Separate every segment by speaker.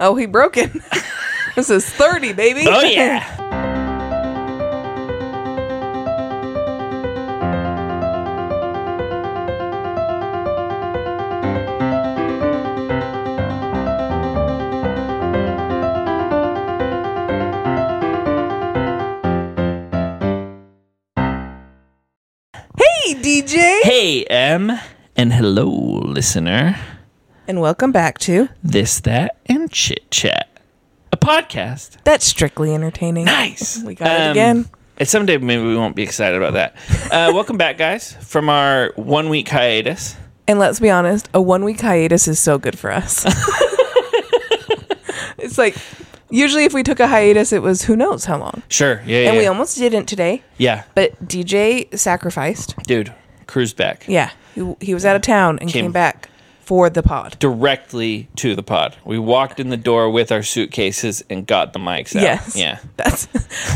Speaker 1: Oh, he broke it. this is 30, baby.
Speaker 2: Oh, yeah.
Speaker 1: hey, DJ.
Speaker 2: Hey, M. And hello, listener.
Speaker 1: And welcome back to
Speaker 2: This, that, and chit chat. A podcast.
Speaker 1: That's Strictly Entertaining.
Speaker 2: Nice.
Speaker 1: We got it
Speaker 2: Um,
Speaker 1: again.
Speaker 2: And someday maybe we won't be excited about that. Uh, welcome back, guys, from our one week hiatus.
Speaker 1: And let's be honest, a one week hiatus is so good for us. it's like, usually if we took a hiatus, it was who knows how long.
Speaker 2: Sure. Yeah.
Speaker 1: And
Speaker 2: yeah.
Speaker 1: we almost didn't today,
Speaker 2: yeah.
Speaker 1: but DJ sacrificed.
Speaker 2: Dude, cruise back.
Speaker 1: Yeah. He, he was out of town and
Speaker 2: Came-
Speaker 1: came back for the pod.
Speaker 2: Directly to the pod. We walked in the door with our suitcases and got the mics out.
Speaker 1: Yes.
Speaker 2: Yeah.
Speaker 1: That's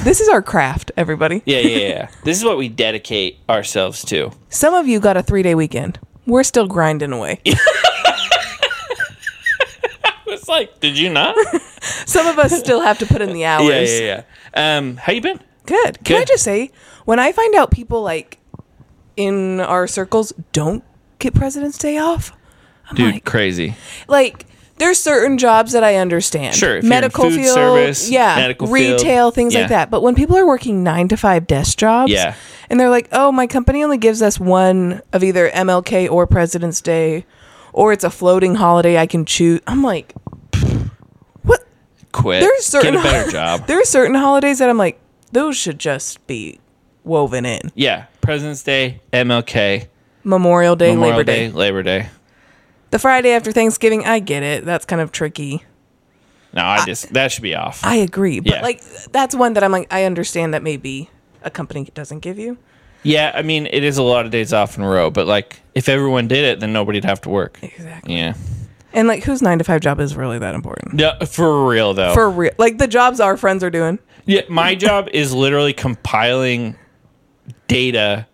Speaker 1: this is our craft, everybody.
Speaker 2: Yeah, yeah, yeah. this is what we dedicate ourselves to.
Speaker 1: Some of you got a three day weekend. We're still grinding away.
Speaker 2: It's like, did you not?
Speaker 1: Some of us still have to put in the hours.
Speaker 2: yeah, yeah, yeah. Um, how you been?
Speaker 1: Good. Can I
Speaker 2: Good.
Speaker 1: just say, when I find out people like in our circles don't get President's Day off, I'm like,
Speaker 2: crazy.
Speaker 1: like there's certain jobs that I understand.
Speaker 2: Sure, if you're in food service,
Speaker 1: yeah,
Speaker 2: medical field,
Speaker 1: retail, things
Speaker 2: yeah.
Speaker 1: like that. But when people are working nine to five desk jobs,
Speaker 2: Yeah.
Speaker 1: and they're like, "Oh, my company only gives us one of either MLK or President's Day, or it's a floating holiday I can choose." I'm like, "What?
Speaker 2: Quit.
Speaker 1: There's certain
Speaker 2: Get a better job.
Speaker 1: there are certain holidays that I'm like, those should just be woven in.
Speaker 2: Yeah. President's Day, MLK,
Speaker 1: Memorial Day,
Speaker 2: Memorial
Speaker 1: Labor
Speaker 2: Day,
Speaker 1: Day.
Speaker 2: Labor Day.
Speaker 1: the Friday after Thanksgiving. I get it. That's kind of tricky."
Speaker 2: No, I just that should be off.
Speaker 1: I agree, but
Speaker 2: Yeah.
Speaker 1: like that's one that I'm like I understand that maybe a company doesn't give you.
Speaker 2: yeah, I mean it is a lot of days off in a row, but like if everyone did it, then nobody'd have to work.
Speaker 1: Exactly.
Speaker 2: Yeah.
Speaker 1: And like whose 9 to 5 job is really that important?
Speaker 2: No, for real though.
Speaker 1: For real. Like the jobs our friends are doing.
Speaker 2: Yeah, my job is literally compiling data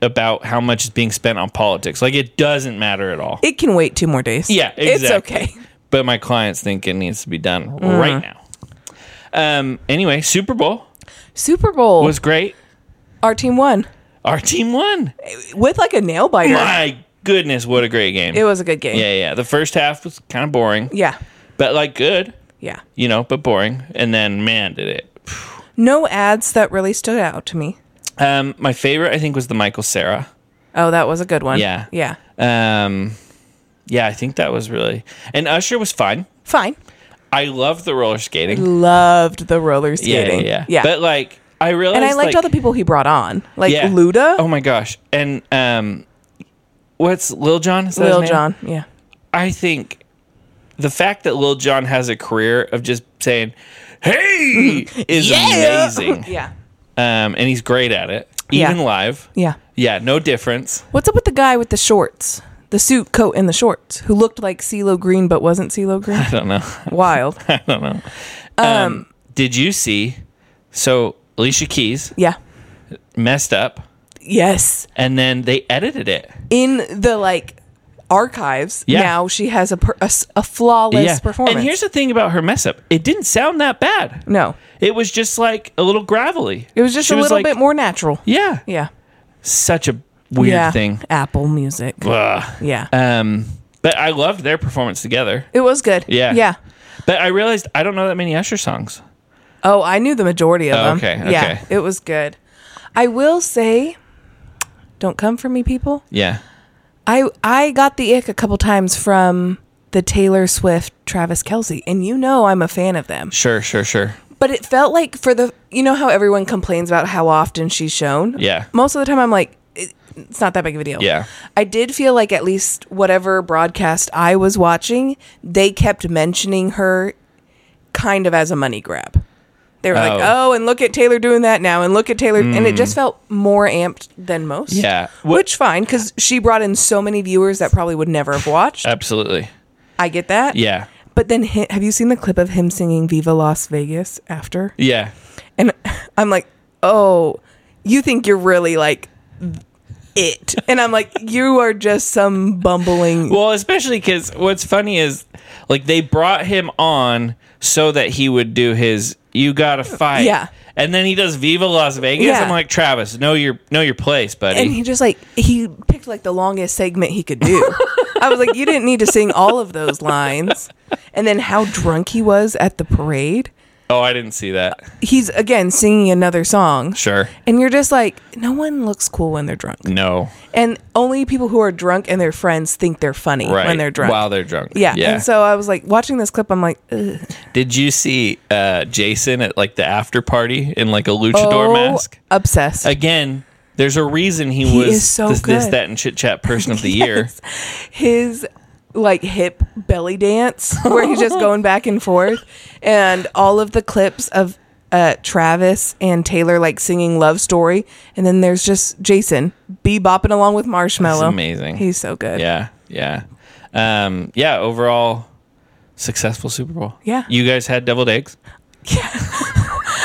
Speaker 2: about how much is being spent on politics. Like it doesn't matter at all.
Speaker 1: It can wait two more days.
Speaker 2: Yeah,
Speaker 1: It's
Speaker 2: exactly.
Speaker 1: okay.
Speaker 2: But my clients think it needs to be done
Speaker 1: Mm.
Speaker 2: right now. Um anyway, Super Bowl
Speaker 1: Super Bowl.
Speaker 2: was great.
Speaker 1: our team won
Speaker 2: Our team won.
Speaker 1: with like a nail biter.
Speaker 2: My goodness, what a great game.
Speaker 1: It was a good game.
Speaker 2: yeah, yeah. The first half was kind of boring,
Speaker 1: Yeah.
Speaker 2: but like good,
Speaker 1: Yeah.
Speaker 2: you know, but boring. And then man, did it.
Speaker 1: No ads that really stood out to me.
Speaker 2: Um my favorite I think was the Michael Sarah.
Speaker 1: Oh, that was a good one.
Speaker 2: Yeah.
Speaker 1: Yeah.
Speaker 2: Um, yeah, I think that was really. And Usher was fine.
Speaker 1: Fine.
Speaker 2: I loved the roller skating.
Speaker 1: Loved the roller
Speaker 2: Yeah, yeah,
Speaker 1: skating.
Speaker 2: yeah, But like, I realized,
Speaker 1: and I liked
Speaker 2: like,
Speaker 1: all the people he brought on. Like
Speaker 2: yeah.
Speaker 1: Luda,
Speaker 2: Oh my gosh! And um, what's Lil John? Is that his
Speaker 1: Lil
Speaker 2: name?
Speaker 1: Jon. Yeah.
Speaker 2: I think the fact that Lil John has a career of just saying "Hey" is
Speaker 1: Yeah.
Speaker 2: amazing.
Speaker 1: yeah.
Speaker 2: Um, and he's great at it,
Speaker 1: Yeah.
Speaker 2: even live.
Speaker 1: Yeah.
Speaker 2: Yeah, no difference.
Speaker 1: What's up with the guy with the shorts? The suit coat and the shorts, who looked like CeeLo Green but wasn't CeeLo Green.
Speaker 2: I don't know.
Speaker 1: Wild.
Speaker 2: I don't know. um did you see? So Alicia Keys
Speaker 1: Yeah.
Speaker 2: messed up.
Speaker 1: Yes.
Speaker 2: and then they edited it.
Speaker 1: In the like archives
Speaker 2: Yeah.
Speaker 1: now, she has a per- a, s- a flawless performance.
Speaker 2: And here's the thing about her mess up: it didn't sound that bad.
Speaker 1: no.
Speaker 2: It was just like a little gravelly.
Speaker 1: It was just
Speaker 2: She
Speaker 1: a little
Speaker 2: like,
Speaker 1: bit more natural.
Speaker 2: Yeah,
Speaker 1: Yeah.
Speaker 2: such a weird
Speaker 1: yeah.
Speaker 2: thing.
Speaker 1: Apple Music.
Speaker 2: Ugh.
Speaker 1: Yeah.
Speaker 2: Um, but I loved their performance together.
Speaker 1: it was good.
Speaker 2: Yeah.
Speaker 1: Yeah.
Speaker 2: But I realized I don't know that many Usher songs.
Speaker 1: Oh, I knew the majority of
Speaker 2: Oh,
Speaker 1: them.
Speaker 2: okay,
Speaker 1: Yeah.
Speaker 2: okay.
Speaker 1: It was good. I will say, don't come for me, people.
Speaker 2: Yeah.
Speaker 1: I I got the ick a couple times from the Taylor Swift, Travis Kelsey, and you know I'm a fan of them.
Speaker 2: Sure. Sure. Sure.
Speaker 1: But it felt like for the you know how everyone complains about how often she's shown.
Speaker 2: Yeah.
Speaker 1: Most of the time I'm like it, it's not that big of a deal.
Speaker 2: Yeah.
Speaker 1: I did feel like at least whatever broadcast I was watching, they kept mentioning her kind of as a money grab. They were like,
Speaker 2: Oh. Hmm.
Speaker 1: "Oh, and look at Taylor doing that now and look at Taylor." And it just felt more amped than most.
Speaker 2: Yeah. Wh-
Speaker 1: Which fine cuz she brought in so many viewers that probably would never have watched.
Speaker 2: Absolutely.
Speaker 1: I get that.
Speaker 2: Uh, Yeah.
Speaker 1: But then hi- have you seen the clip of him singing Viva Las Vegas after?
Speaker 2: Yeah.
Speaker 1: And I'm like, oh, you think you're really like it. And I'm like, you are just some bumbling.
Speaker 2: Well, especially because what's funny is, like, they brought him on so that he would do his "You Gotta Fight."
Speaker 1: Yeah.
Speaker 2: And then he does "Viva Las Vegas."
Speaker 1: Yeah.
Speaker 2: I'm like, Travis, know your know your place, buddy.
Speaker 1: and he just like, he picked like the longest segment he could do. I was like, you didn't need to sing all of those lines. And then how drunk he was at the parade.
Speaker 2: oh, I didn't see that.
Speaker 1: He's again singing another song.
Speaker 2: Sure.
Speaker 1: And you're just like, no one looks cool when they're drunk.
Speaker 2: No.
Speaker 1: And only people who are drunk and their friends think they're funny
Speaker 2: Right.
Speaker 1: when they're drunk.
Speaker 2: While they're drunk.
Speaker 1: Yeah.
Speaker 2: Yeah.
Speaker 1: And so I was like watching this clip. I'm like, Ugh.
Speaker 2: Did you see uh, Jason at like the after party in like a luchador
Speaker 1: oh,
Speaker 2: mask?
Speaker 1: obsessed.
Speaker 2: Again, there's a reason he,
Speaker 1: He
Speaker 2: was
Speaker 1: is so
Speaker 2: this, this,
Speaker 1: good.
Speaker 2: that, and chit chat person of the year.
Speaker 1: His like hip belly dance where he's just going back and forth, and all of the clips of uh, Travis and Taylor like singing "Love Story," and then there's just Jason bebopping along with Marshmallow.
Speaker 2: It's amazing.
Speaker 1: He's so good.
Speaker 2: yeah, yeah, um, yeah. Overall, successful Super Bowl.
Speaker 1: Yeah.
Speaker 2: you guys had deviled eggs.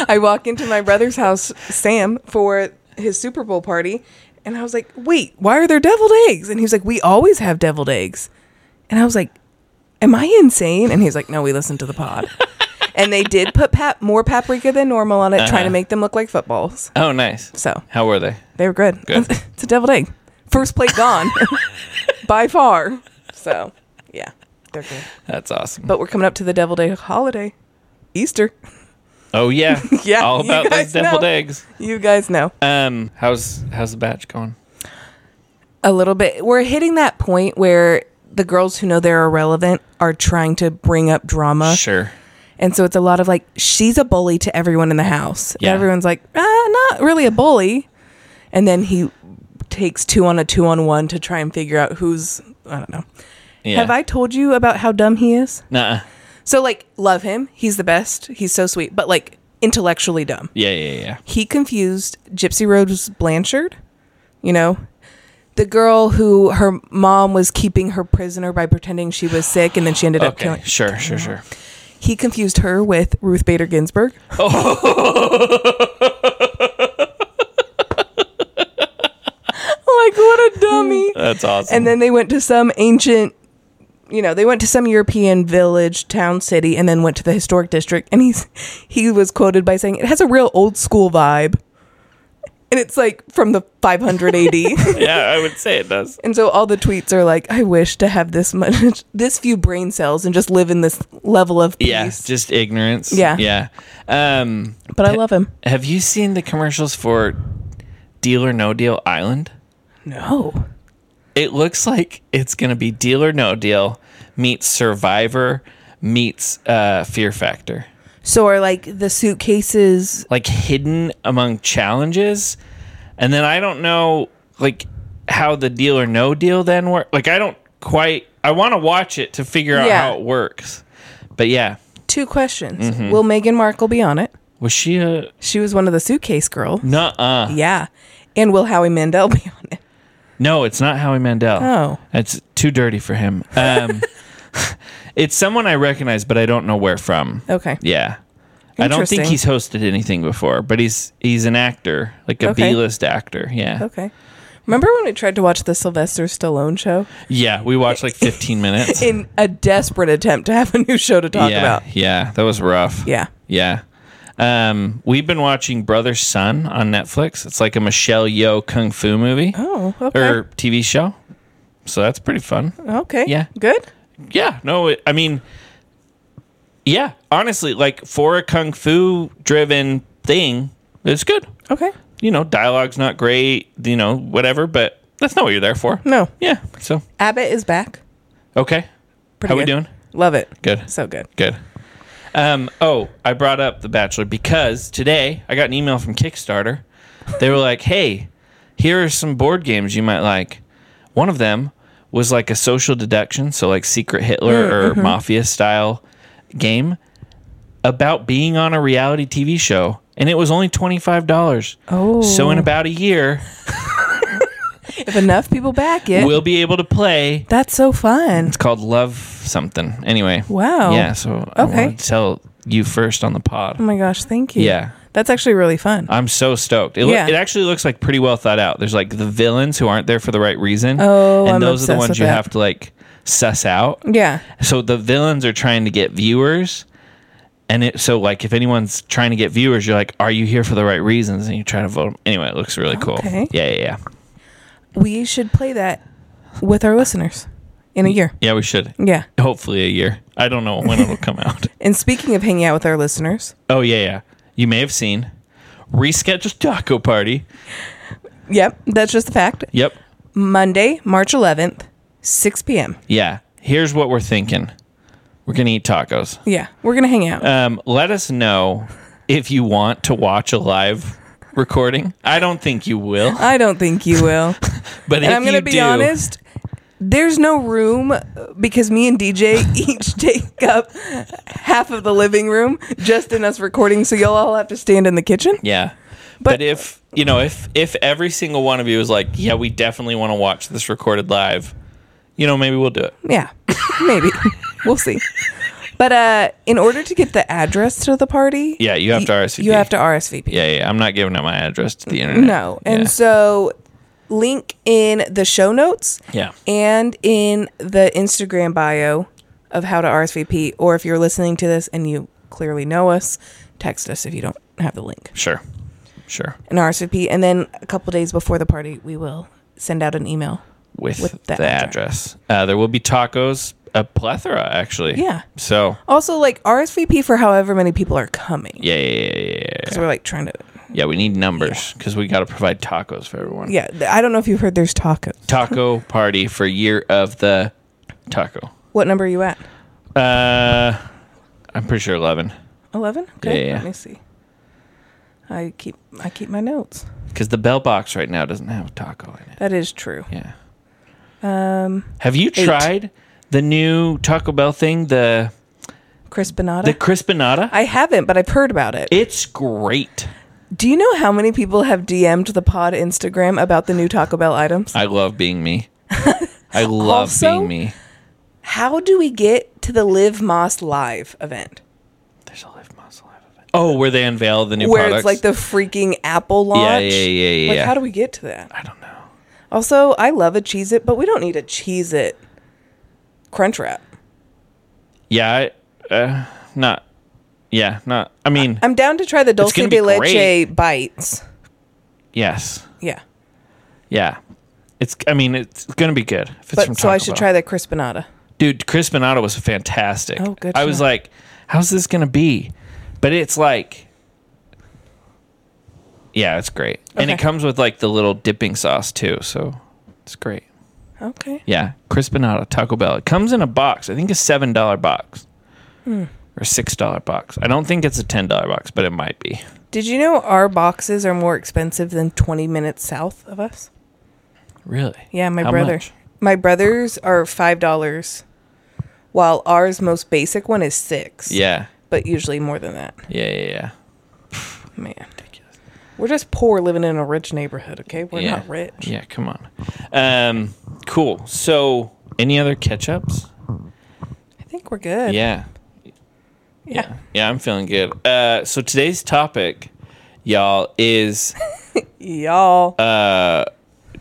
Speaker 1: I walk into my brother's house, Sam, for his Super Bowl party, and I was like, "Wait, why are there deviled eggs?" And he was like, "We always have deviled eggs." And I was like, "Am I insane?" And he's like, "No, we listen to the pod." and they did put pap- more paprika than normal on it, trying
Speaker 2: Uh-huh.
Speaker 1: to make them look like footballs.
Speaker 2: Oh, nice.
Speaker 1: So
Speaker 2: How were they?
Speaker 1: they were good.
Speaker 2: Good.
Speaker 1: it's a deviled egg. First plate gone by far. So yeah, they're good.
Speaker 2: That's awesome.
Speaker 1: But we're coming up to the deviled egg holiday, Easter.
Speaker 2: Oh yeah,
Speaker 1: Yeah,
Speaker 2: All
Speaker 1: you
Speaker 2: about those
Speaker 1: guys
Speaker 2: deviled
Speaker 1: know.
Speaker 2: eggs.
Speaker 1: You guys know.
Speaker 2: Um, how's how's the batch going?
Speaker 1: a little bit. We're hitting that point where the girls who know they're irrelevant are trying to bring up drama.
Speaker 2: Sure.
Speaker 1: And so it's a lot of like, she's a bully to everyone in the house.
Speaker 2: Yeah.
Speaker 1: And everyone's like, ah, not really a bully. And then he takes two on a two on one to try and figure out who's, I don't know.
Speaker 2: Yeah.
Speaker 1: Have I told you about how dumb he is?
Speaker 2: Nuh-uh.
Speaker 1: So, like, love him. He's the best. He's so sweet, but like intellectually dumb
Speaker 2: Yeah, yeah, yeah.
Speaker 1: he confused Gypsy Rose Blanchard, you know, the girl who her mom was keeping her prisoner by pretending she was sick and then she ended up
Speaker 2: Okay.
Speaker 1: killing.
Speaker 2: Sure. Sure. Sure.
Speaker 1: He confused her with Ruth Bader Ginsburg. Oh. like what a dummy.
Speaker 2: That's awesome.
Speaker 1: And then they went to some ancient you know, they went to some European village, town, city, and then went to the historic district. And he's he was quoted by saying it has a real old school vibe, and it's like from the 500 AD.
Speaker 2: yeah, I would say it does.
Speaker 1: and so all the tweets are like, "I wish to have this much, this few brain cells, and just live in this level of peace."
Speaker 2: Yeah, just ignorance.
Speaker 1: Yeah.
Speaker 2: Yeah. Um,
Speaker 1: but I love him.
Speaker 2: have you seen the commercials for Deal or No Deal Island?
Speaker 1: No,
Speaker 2: It looks like it's going to be Deal or No Deal meets Survivor meets uh, Fear Factor.
Speaker 1: so are like the suitcases.
Speaker 2: Like hidden among challenges. And then I don't know like how the Deal or No Deal then work. Like I don't quite I want to watch it to figure out
Speaker 1: Yeah.
Speaker 2: how it works. But yeah,
Speaker 1: Two questions: Will Meghan Markle be on it?
Speaker 2: was she a
Speaker 1: She was one of the suitcase girl.
Speaker 2: nuh-uh.
Speaker 1: Yeah, and will Howie Mandel be on it?
Speaker 2: No, it's not Howie Mandel.
Speaker 1: Oh.
Speaker 2: It's too dirty for him. Um, it's someone I recognize, but I don't know where from.
Speaker 1: Okay.
Speaker 2: Yeah. I don't think
Speaker 1: Interesting.
Speaker 2: he's hosted anything before, but he's he's an actor, like a
Speaker 1: Okay.
Speaker 2: list actor. Yeah.
Speaker 1: Okay. Remember when we tried to watch the Sylvester Stallone show
Speaker 2: Yeah, we watched like 15 minutes.
Speaker 1: in a desperate attempt to have a new show to talk
Speaker 2: yeah,
Speaker 1: about?
Speaker 2: yeah, that was rough.
Speaker 1: Yeah.
Speaker 2: Yeah. Um, we've been watching Brother Son on Netflix. It's like a Michelle Yeoh kung fu movie
Speaker 1: Oh, okay.
Speaker 2: or TV show. So that's pretty fun.
Speaker 1: okay.
Speaker 2: yeah.
Speaker 1: Good.
Speaker 2: Yeah, no, it, I mean, yeah, honestly, like for a kung fu driven thing, it's good.
Speaker 1: Okay.
Speaker 2: You know, dialogue's not great, you know, whatever, but that's not what you're there for.
Speaker 1: No.
Speaker 2: Yeah, so,
Speaker 1: Abbott is back.
Speaker 2: okay.
Speaker 1: Pretty
Speaker 2: How we
Speaker 1: good.
Speaker 2: doing?
Speaker 1: Love it.
Speaker 2: Good.
Speaker 1: So good.
Speaker 2: Good. Um, oh, I brought up The Bachelor because today I got an email from Kickstarter. They were like, hey, here are some board games you might like. One of them was like a social deduction, so like Secret
Speaker 1: Mm,
Speaker 2: Hitler or
Speaker 1: mm-hmm.
Speaker 2: Mafia style game about being on a reality TV show. And it was only $25.
Speaker 1: Oh.
Speaker 2: So in about a year,
Speaker 1: If enough people back it,
Speaker 2: we'll be able to play.
Speaker 1: that's so fun.
Speaker 2: It's called Love Something. Anyway.
Speaker 1: Wow.
Speaker 2: Yeah, so I
Speaker 1: Okay.
Speaker 2: wanted to tell you first on the pod.
Speaker 1: Oh my gosh. Thank you.
Speaker 2: Yeah.
Speaker 1: That's actually really fun.
Speaker 2: I'm so stoked. It, loo-
Speaker 1: Yeah.
Speaker 2: it actually looks like pretty well thought out. There's like the villains who aren't there for the right reason.
Speaker 1: Oh,
Speaker 2: and
Speaker 1: I'm
Speaker 2: those are the
Speaker 1: obsessed
Speaker 2: ones
Speaker 1: with
Speaker 2: you
Speaker 1: that.
Speaker 2: have to like suss out.
Speaker 1: yeah.
Speaker 2: So the villains are trying to get viewers. And it, so like if anyone's trying to get viewers, you're like, are you here for the right reasons? And you try to vote 'em. Anyway, it looks really cool.
Speaker 1: Okay.
Speaker 2: Yeah, yeah, yeah.
Speaker 1: We should play that with our listeners in a year.
Speaker 2: Yeah, we should.
Speaker 1: Yeah.
Speaker 2: Hopefully a year. I don't know when it'll come out.
Speaker 1: And speaking of hanging out with our listeners,
Speaker 2: Oh yeah, yeah. You may have seen rescheduled taco party.
Speaker 1: yep, that's just a fact.
Speaker 2: Yep.
Speaker 1: Monday, March 11th, 6 p.m.
Speaker 2: Yeah. Here's what we're thinking. We're gonna eat tacos.
Speaker 1: Yeah, we're going to hang out.
Speaker 2: Um, let us know if you want to watch a live recording. I don't think you will,
Speaker 1: I don't think you will.
Speaker 2: but if
Speaker 1: and I'm going
Speaker 2: you
Speaker 1: to be
Speaker 2: do,
Speaker 1: honest, there's no room uh, because me and DJ each take up half of the living room just in us recording. So you'll all have to stand in the kitchen.
Speaker 2: yeah. But, if you know, if if every single one of you is like, yeah, we definitely want to watch this recorded live, you know, maybe we'll do it.
Speaker 1: Yeah, maybe. we'll see. But uh, in order to get the address to the party,
Speaker 2: Yeah, you have to
Speaker 1: y-
Speaker 2: RSVP.
Speaker 1: You have to RSVP.
Speaker 2: Yeah, yeah. I'm not giving out my address to the internet.
Speaker 1: No. And
Speaker 2: yeah.
Speaker 1: so link in the show notes
Speaker 2: yeah.
Speaker 1: and in the Instagram bio of how to RSVP or if you're listening to this and you clearly know us, text us if you don't have the link.
Speaker 2: Sure. Sure.
Speaker 1: An RSVP and then a couple days before the party we will send out an email.
Speaker 2: With,
Speaker 1: With
Speaker 2: the,
Speaker 1: the
Speaker 2: address. Uh, there will be tacos, a plethora actually.
Speaker 1: Yeah.
Speaker 2: So
Speaker 1: Also like RSVP for however many people are coming.
Speaker 2: yeah, yeah, yeah, yeah, yeah, yeah.
Speaker 1: Cuz we're like trying to
Speaker 2: Yeah, we need numbers because we got to provide tacos for everyone.
Speaker 1: Yeah, th- I don't know if you've heard there's tacos.
Speaker 2: Taco party for year of the taco.
Speaker 1: What number are you at?
Speaker 2: Uh, I'm pretty sure eleven
Speaker 1: 11?
Speaker 2: Yeah,
Speaker 1: Okay.
Speaker 2: yeah,
Speaker 1: Let
Speaker 2: yeah.
Speaker 1: me see. I keep I keep my notes.
Speaker 2: because the bell box right now doesn't have taco in it.
Speaker 1: That is true.
Speaker 2: Yeah.
Speaker 1: Um
Speaker 2: Have you
Speaker 1: Eight.
Speaker 2: tried the new Taco Bell thing? The
Speaker 1: crispinata.
Speaker 2: the crispinata.
Speaker 1: I haven't, but I've heard about it.
Speaker 2: it's great.
Speaker 1: Do you know how many people have DM'd the pod Instagram about the new Taco Bell items?
Speaker 2: I love being me. I love
Speaker 1: Also-
Speaker 2: being me.
Speaker 1: How do we get to the Live Moss Live event?
Speaker 2: There's a live muscle live event. Oh, where they unveil the new
Speaker 1: Where
Speaker 2: products.
Speaker 1: it's like the freaking Apple
Speaker 2: yeah,
Speaker 1: launch.
Speaker 2: yeah, yeah, yeah.
Speaker 1: Like,
Speaker 2: yeah.
Speaker 1: how do we get to that?
Speaker 2: I don't know.
Speaker 1: Also, I love a Cheez It, but we don't need a Cheez It crunch wrap.
Speaker 2: Yeah, I, uh, not. Yeah, not. I mean,
Speaker 1: I'm down to try the Dulce
Speaker 2: gonna
Speaker 1: de
Speaker 2: be
Speaker 1: Leche
Speaker 2: great.
Speaker 1: bites.
Speaker 2: yes,
Speaker 1: Yeah.
Speaker 2: yeah. It's. I mean, it's gonna be good. If it's from
Speaker 1: But so I
Speaker 2: Taco
Speaker 1: should
Speaker 2: Bell.
Speaker 1: try the crispinata.
Speaker 2: Dude, Chris Bonato was fantastic.
Speaker 1: Oh, good
Speaker 2: I
Speaker 1: to
Speaker 2: was
Speaker 1: know.
Speaker 2: like, how's this gonna be? But it's like, yeah, it's great, and it
Speaker 1: Okay.
Speaker 2: comes with like the little dipping sauce too. So it's great.
Speaker 1: Okay.
Speaker 2: Yeah, Chris Bonato, Taco Bell. It comes in a box. I think a seven dollar box.
Speaker 1: Hmm.
Speaker 2: Or six dollar box. I don't think it's a ten dollar box, but it might be.
Speaker 1: Did you know our boxes are more expensive than 20 minutes south of us?
Speaker 2: Really?
Speaker 1: Yeah, my
Speaker 2: How
Speaker 1: brother.
Speaker 2: much?
Speaker 1: My brother's are five dollars, while ours most basic one is six.
Speaker 2: Yeah.
Speaker 1: but usually more than that.
Speaker 2: Yeah, yeah, yeah.
Speaker 1: Man, we're just poor living in a rich neighborhood. Okay, we're
Speaker 2: yeah.
Speaker 1: not rich.
Speaker 2: Yeah, come on. Um, cool. So, any other catch ups?
Speaker 1: I think we're good.
Speaker 2: Yeah.
Speaker 1: yeah.
Speaker 2: Yeah, I'm feeling good. Uh, so, today's topic, y'all, is
Speaker 1: y'all.
Speaker 2: uh,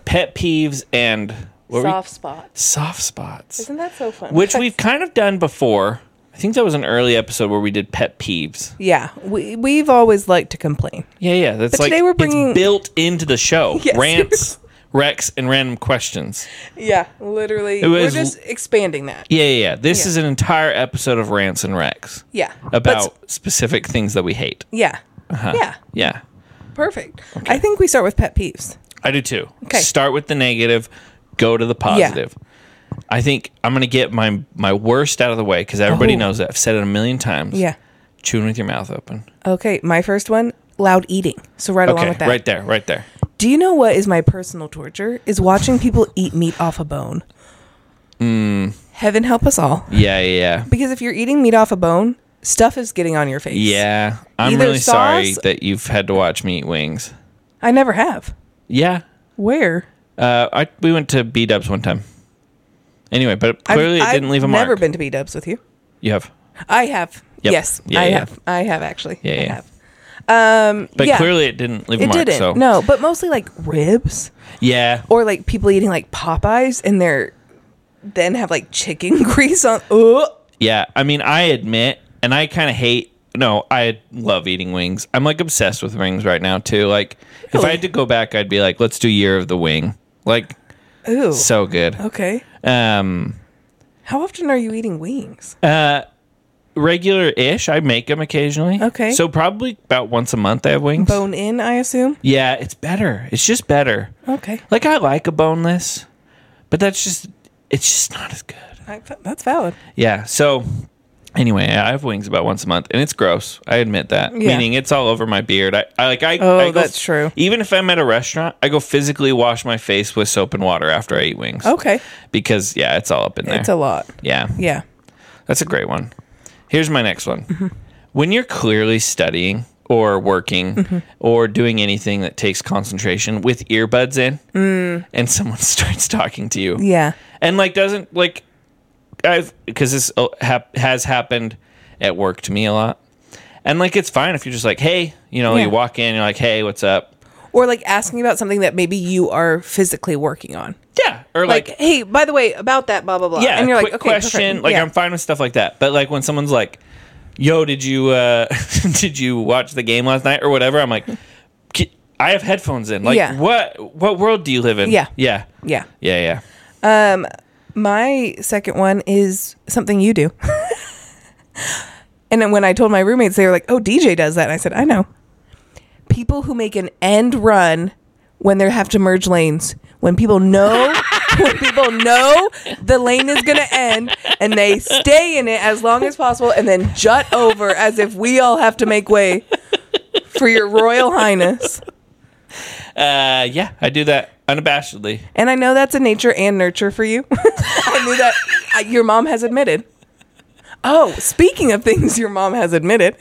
Speaker 2: pet peeves and what were we-
Speaker 1: soft spots.
Speaker 2: soft spots,
Speaker 1: Isn't that so fun?
Speaker 2: which we've kind of done before. I think that was an early episode where we did pet peeves.
Speaker 1: yeah, we we've always liked to complain.
Speaker 2: Yeah, yeah. That's
Speaker 1: But
Speaker 2: like
Speaker 1: today we're
Speaker 2: it's
Speaker 1: bringing-
Speaker 2: built into the show.
Speaker 1: Yes.
Speaker 2: Rants, wrecks, and random questions.
Speaker 1: Yeah, literally,
Speaker 2: was-
Speaker 1: we're just expanding that.
Speaker 2: Yeah, yeah, yeah. This
Speaker 1: Yeah.
Speaker 2: is an entire episode of rants and wrecks
Speaker 1: Yeah, But s-
Speaker 2: about Uh-huh. specific things that we hate.
Speaker 1: yeah, yeah,
Speaker 2: Yeah,
Speaker 1: perfect. I think we start with pet peeves.
Speaker 2: I do too.
Speaker 1: Okay.
Speaker 2: Start with the negative, go to the positive. I think I'm gonna get my my worst out of the way because everybody
Speaker 1: Oh.
Speaker 2: knows that. I've said it a million times.
Speaker 1: Yeah.
Speaker 2: Chewing with your mouth open.
Speaker 1: Okay, my first one, loud eating. So right along
Speaker 2: okay.
Speaker 1: with that.
Speaker 2: Right there. Right there.
Speaker 1: Do you know what is my personal torture? Is watching people eat meat off a bone.
Speaker 2: Hmm.
Speaker 1: Heaven help us all.
Speaker 2: Yeah. Yeah. Yeah.
Speaker 1: Because if you're eating meat off a bone, stuff is getting on your face.
Speaker 2: Yeah. I'm
Speaker 1: Either
Speaker 2: really sorry
Speaker 1: sauce-
Speaker 2: that you've had to watch me eat wings.
Speaker 1: I never have.
Speaker 2: Yeah.
Speaker 1: Where?
Speaker 2: Uh, I we went to B Dubs one time. Anyway, but
Speaker 1: I've-
Speaker 2: clearly it
Speaker 1: I've
Speaker 2: didn't leave a
Speaker 1: never
Speaker 2: mark.
Speaker 1: been to B Dubs with you.
Speaker 2: you have.
Speaker 1: I have.
Speaker 2: Yep.
Speaker 1: Yes,
Speaker 2: Yeah,
Speaker 1: I
Speaker 2: yeah.
Speaker 1: have. I have actually.
Speaker 2: Yeah,
Speaker 1: I
Speaker 2: yeah.
Speaker 1: have. Um,
Speaker 2: But
Speaker 1: yeah,
Speaker 2: clearly it didn't leave a
Speaker 1: it
Speaker 2: mark.
Speaker 1: didn't.
Speaker 2: So
Speaker 1: No, but mostly like ribs
Speaker 2: yeah,
Speaker 1: or like people eating like Popeyes and they're then have like chicken grease on. Oh,
Speaker 2: yeah. I mean, I admit, and I kind of hate. No, I love eating wings. I'm like obsessed with wings right now too. Like, if
Speaker 1: Really?
Speaker 2: I had to go back, I'd be like, let's do year of the wing. Like,
Speaker 1: ooh.
Speaker 2: so good.
Speaker 1: okay.
Speaker 2: Um,
Speaker 1: How often are you eating wings?
Speaker 2: regular ish. I make them occasionally.
Speaker 1: Okay.
Speaker 2: So probably about once a month I have wings.
Speaker 1: Bone in, I assume.
Speaker 2: yeah, it's better. It's just better.
Speaker 1: Okay,
Speaker 2: Like I like a boneless, but that's just it's just not as good.
Speaker 1: I, that's valid.
Speaker 2: Yeah. So anyway, I have wings about once a month, and it's gross. I admit that.
Speaker 1: Yeah.
Speaker 2: Meaning it's all over my beard. I, I like I.
Speaker 1: Oh,
Speaker 2: I go,
Speaker 1: that's true.
Speaker 2: Even if I'm at a restaurant, I go physically wash my face with soap and water after I eat wings.
Speaker 1: Okay,
Speaker 2: Because yeah, it's all up in there.
Speaker 1: Oh. it's a lot.
Speaker 2: yeah.
Speaker 1: Yeah.
Speaker 2: That's a great one. Here's my next one.
Speaker 1: Mm-hmm.
Speaker 2: When you're clearly studying or working
Speaker 1: Mm-hmm.
Speaker 2: or doing anything that takes concentration with earbuds in
Speaker 1: Mm.
Speaker 2: and someone starts talking to you
Speaker 1: Yeah.
Speaker 2: and like doesn't like I've because this uh, hap- has happened at work to me a lot. And like it's fine if you're just like, "Hey, you know,
Speaker 1: Yeah.
Speaker 2: you walk in, you're like, "Hey, what's up?"
Speaker 1: Or like asking about something that maybe you are physically working on.
Speaker 2: Yeah, or
Speaker 1: Like,
Speaker 2: like,
Speaker 1: hey, by the way, about that, blah, blah, blah.
Speaker 2: yeah,
Speaker 1: and you're
Speaker 2: quick
Speaker 1: like, okay,
Speaker 2: question.
Speaker 1: perfect.
Speaker 2: Like
Speaker 1: yeah.
Speaker 2: I'm fine with stuff like that. But like when someone's like, "Yo, did you uh did you watch the game last night or whatever?" I'm like, "K- "I have headphones in." Like,
Speaker 1: Yeah.
Speaker 2: what what world do you live in?
Speaker 1: Yeah.
Speaker 2: yeah,
Speaker 1: yeah.
Speaker 2: yeah, yeah.
Speaker 1: My second one is something you do. and then when I told my roommates, they were like, oh, DJ does that. And I said, I know. People who make an end run when they have to merge lanes, when people know. When people know the lane is going to end and they stay in it as long as possible and then jut over as if we all have to make way for your royal highness.
Speaker 2: Uh, yeah, I do that unabashedly.
Speaker 1: And I know that's a nature and nurture for you. I knew that uh, your mom has admitted. Oh, speaking of things your mom has admitted,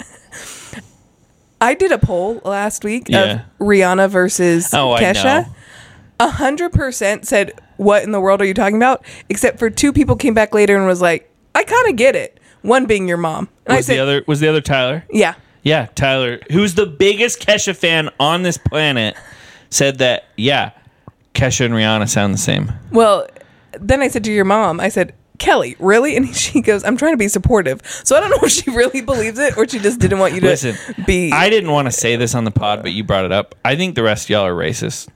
Speaker 1: I did a poll last week
Speaker 2: Yeah.
Speaker 1: of Rihanna versus
Speaker 2: Oh, I know.
Speaker 1: Kesha. A hundred percent said, "What in the world are you talking about?" Except for two people came back later and was like, "I kind of get it." One being your mom, and I
Speaker 2: Was
Speaker 1: said,
Speaker 2: the other was the other Tyler?
Speaker 1: "Yeah,
Speaker 2: Yeah, Tyler, who's the biggest Kesha fan on this planet, said that, yeah, Kesha and Rihanna sound the same.
Speaker 1: Well, then I said to your mom, I said, Kelly, really? And she goes, I'm trying to be supportive. So I don't know if she really believes it or she just didn't want you to
Speaker 2: Listen,
Speaker 1: be.
Speaker 2: I didn't want to say this on the pod, but you brought it up. I think the rest of y'all are racist.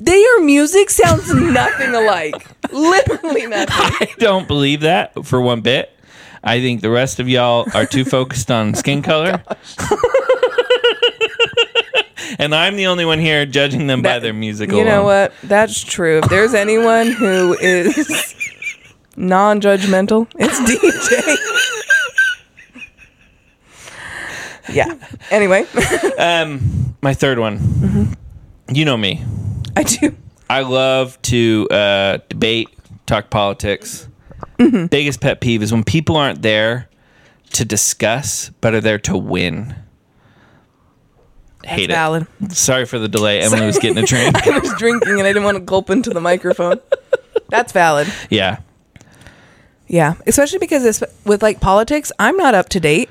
Speaker 1: Their music sounds nothing alike. Literally nothing.
Speaker 2: I don't believe that for one bit. I think the rest of y'all are too focused on skin color. and I'm the only one here judging them by
Speaker 1: That-
Speaker 2: their music
Speaker 1: You know
Speaker 2: alone.
Speaker 1: what? That's true. If there's anyone who is non judgmental, it's DJ. yeah. Anyway,
Speaker 2: Um, my third one.
Speaker 1: Mm-hmm.
Speaker 2: You know me.
Speaker 1: I do.
Speaker 2: I love to uh, debate, talk politics.
Speaker 1: Mm-hmm.
Speaker 2: Biggest pet peeve is when people aren't there to discuss, but are there to win. Hate
Speaker 1: valid.
Speaker 2: it. Sorry for the delay. Emily was getting a drink.
Speaker 1: I was drinking and I didn't want to gulp into the microphone. That's valid.
Speaker 2: yeah,
Speaker 1: Yeah, especially because it's, with like politics, I'm not up to date.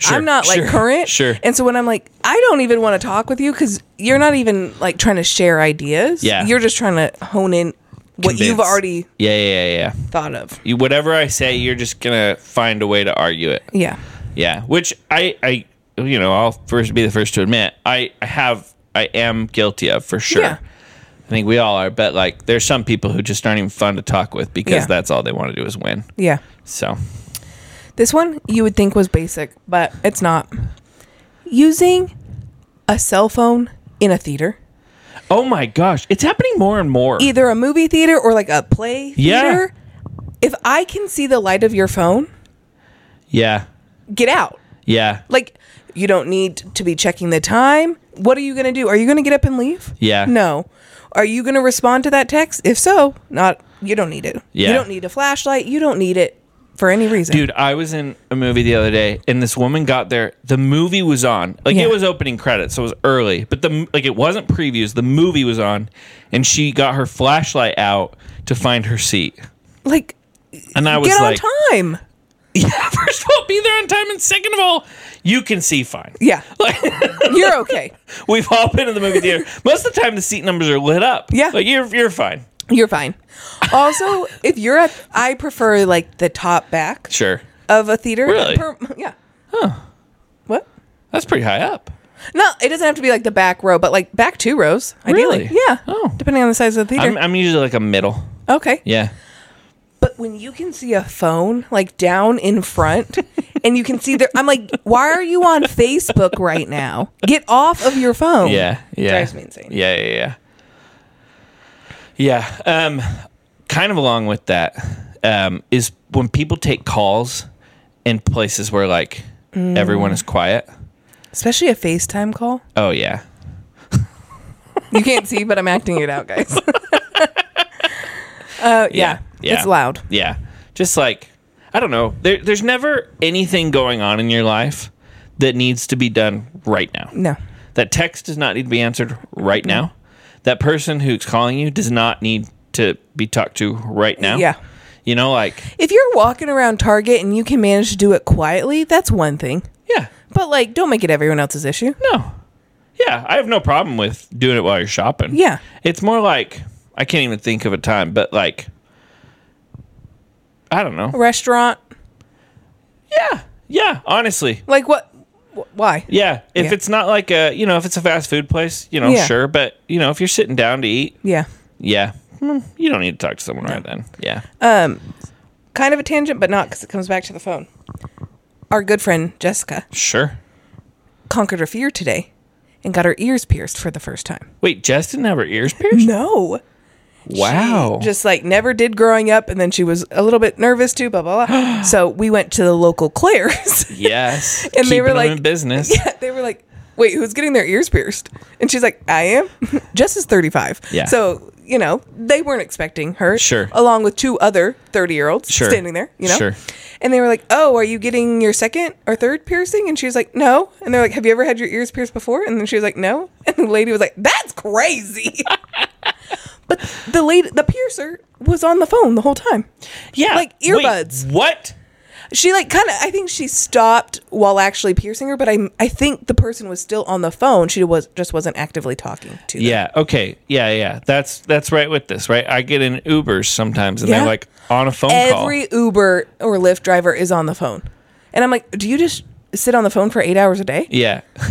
Speaker 2: Sure,
Speaker 1: I'm not like
Speaker 2: sure,
Speaker 1: current.
Speaker 2: sure.
Speaker 1: And so when I'm like, I don't even want to talk with you because you're not even like trying to share ideas.
Speaker 2: Yeah.
Speaker 1: You're just trying to hone in what you've
Speaker 2: Convince.
Speaker 1: already
Speaker 2: yeah, yeah, yeah. yeah.
Speaker 1: thought of.
Speaker 2: You, whatever I say, you're just gonna find a way to argue it.
Speaker 1: Yeah.
Speaker 2: Yeah, which I, I, you know, I'll first be the first to admit I, I have, I am guilty of for sure.
Speaker 1: Yeah.
Speaker 2: I think we all are, but like, there's some people who just aren't even fun to talk with because
Speaker 1: Yeah.
Speaker 2: that's all they want to do is win.
Speaker 1: Yeah.
Speaker 2: So,
Speaker 1: This one you would think was basic, but it's not. Using a cell phone in a theater,
Speaker 2: oh my gosh, it's happening more and more.
Speaker 1: either a movie theater or like a play
Speaker 2: Yeah.
Speaker 1: theater. If I can see the light of your phone,
Speaker 2: yeah,
Speaker 1: get out.
Speaker 2: yeah,
Speaker 1: Like, you don't need to be checking the time. What are you going to do? Are you going to get up and leave?
Speaker 2: Yeah.
Speaker 1: No. Are you going to respond to that text? If so, not you don't need it.
Speaker 2: Yeah.
Speaker 1: You don't need a flashlight. You don't need it for any reason.
Speaker 2: dude. I was in a movie the other day, and this woman got there. The movie was on, like
Speaker 1: Yeah.
Speaker 2: it was opening credits, so it was early, but the like it wasn't previews. The movie was on, and she got her flashlight out to find her seat.
Speaker 1: Like,
Speaker 2: And I was
Speaker 1: get on
Speaker 2: like,
Speaker 1: time.
Speaker 2: Yeah, first of all, be there on time, and second of all, you can see fine.
Speaker 1: Yeah.
Speaker 2: Like
Speaker 1: You're okay.
Speaker 2: we've all been in the movie theater. Most of the time, the seat numbers are lit up.
Speaker 1: Yeah.
Speaker 2: like you're you're fine.
Speaker 1: You're fine. Also, if you're at, I prefer like the top back
Speaker 2: Sure,
Speaker 1: of a theater.
Speaker 2: Really?
Speaker 1: yeah. What?
Speaker 2: that's pretty high up.
Speaker 1: No, it doesn't have to be like the back row, but like back two rows. Ideally.
Speaker 2: Really?
Speaker 1: Yeah.
Speaker 2: Oh.
Speaker 1: Depending on the size of the theater.
Speaker 2: I'm I'm usually like a middle.
Speaker 1: okay.
Speaker 2: Yeah,
Speaker 1: But when you can see a phone like down in front and you can see there, I'm like, why are you on Facebook right now? Get off of your phone.
Speaker 2: yeah, yeah.
Speaker 1: drives me insane.
Speaker 2: Yeah, yeah, yeah. Yeah. Um, kind of along with that um, is when people take calls in places where like
Speaker 1: Mm.
Speaker 2: everyone is quiet.
Speaker 1: Especially a FaceTime call.
Speaker 2: Oh yeah.
Speaker 1: You can't see, but I'm acting it out, guys. uh, yeah.
Speaker 2: Yeah. Yeah.
Speaker 1: It's loud.
Speaker 2: Yeah. Just like I don't know. There, there's never anything going on in your life that needs to be done right now.
Speaker 1: No.
Speaker 2: That text does not need to be answered right now. That person who's calling you does not need to be talked to right now.
Speaker 1: Yeah.
Speaker 2: You know, like
Speaker 1: If you're walking around Target and you can manage to do it quietly, that's one thing.
Speaker 2: yeah,
Speaker 1: But like, don't make it everyone else's issue.
Speaker 2: no, yeah. I have no problem with doing it while you're shopping.
Speaker 1: Yeah.
Speaker 2: It's more like I can't even think of a time, but like I don't
Speaker 1: Oh.
Speaker 2: know.
Speaker 1: Restaurant,
Speaker 2: Yeah, yeah. Honestly,
Speaker 1: like what? wh- Why?
Speaker 2: Yeah, if
Speaker 1: Yeah.
Speaker 2: it's not like a you know if it's a fast food place, you know
Speaker 1: Yeah.
Speaker 2: sure, but you know if you're sitting down to eat,
Speaker 1: Yeah.
Speaker 2: yeah, Hmm, you don't need to talk to someone right then. Yeah,
Speaker 1: Uh, Kind of a tangent, but not because it comes back to the phone. Our good friend Jessica
Speaker 2: sure.
Speaker 1: conquered her fear today and got her ears pierced for the first time.
Speaker 2: Wait, Jess didn't have her ears pierced.
Speaker 1: No.
Speaker 2: Wow.
Speaker 1: Just like never did growing up. And then she was a little bit nervous too, blah, blah, blah. so we went to the local Claire's.
Speaker 2: yes,
Speaker 1: And they
Speaker 2: Keeping
Speaker 1: were
Speaker 2: them
Speaker 1: like-
Speaker 2: in business.
Speaker 1: yeah. They were like, wait, who's getting their ears pierced? And she's like, I am. Jess is 35.
Speaker 2: Yeah.
Speaker 1: So, you know, they weren't expecting her.
Speaker 2: Sure.
Speaker 1: Along with two other 30 year olds
Speaker 2: Sure.
Speaker 1: standing there, you know?
Speaker 2: Sure.
Speaker 1: And they were like, oh, are you getting your second or third piercing? And she was like, no. And they're like, have you ever had your ears pierced before? And then she was like, no. And the lady was like, that's crazy. but the lady, the piercer was on the phone the whole time.
Speaker 2: yeah,
Speaker 1: like
Speaker 2: wait,
Speaker 1: earbuds.
Speaker 2: what?
Speaker 1: She like kind of I think she stopped while actually piercing her, but I I think the person was still on the phone. She was just wasn't actively talking to. them.
Speaker 2: Yeah. Okay. Yeah. Yeah. That's that's right with this. Right. I get in Ubers sometimes, and
Speaker 1: Yeah.
Speaker 2: they're like on a phone call.
Speaker 1: Every Uber or Lyft driver is on the phone, and I'm like, do you just sit on the phone for eight hours a day?
Speaker 2: Yeah.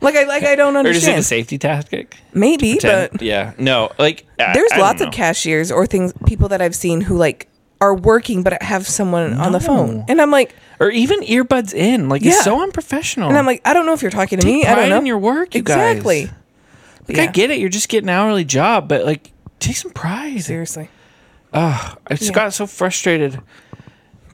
Speaker 1: Like I like I don't
Speaker 2: Or is it a
Speaker 1: understand.
Speaker 2: safety tactic?
Speaker 1: Maybe,
Speaker 2: Ten-
Speaker 1: but
Speaker 2: yeah. No. Like I-
Speaker 1: there's
Speaker 2: I don't
Speaker 1: lots of
Speaker 2: know.
Speaker 1: cashiers or things people that I've seen who like are working but have someone on the phone, and I'm like,
Speaker 2: or even earbuds in. Like
Speaker 1: Yeah.
Speaker 2: it's so unprofessional.
Speaker 1: and I'm like, I don't know if you're talking to me. I
Speaker 2: pride
Speaker 1: don't know
Speaker 2: in your work, you guys.
Speaker 1: exactly.
Speaker 2: Like I
Speaker 1: Yeah.
Speaker 2: get it, you're just getting an hourly job, but like take some pride.
Speaker 1: Seriously,
Speaker 2: I just got so frustrated.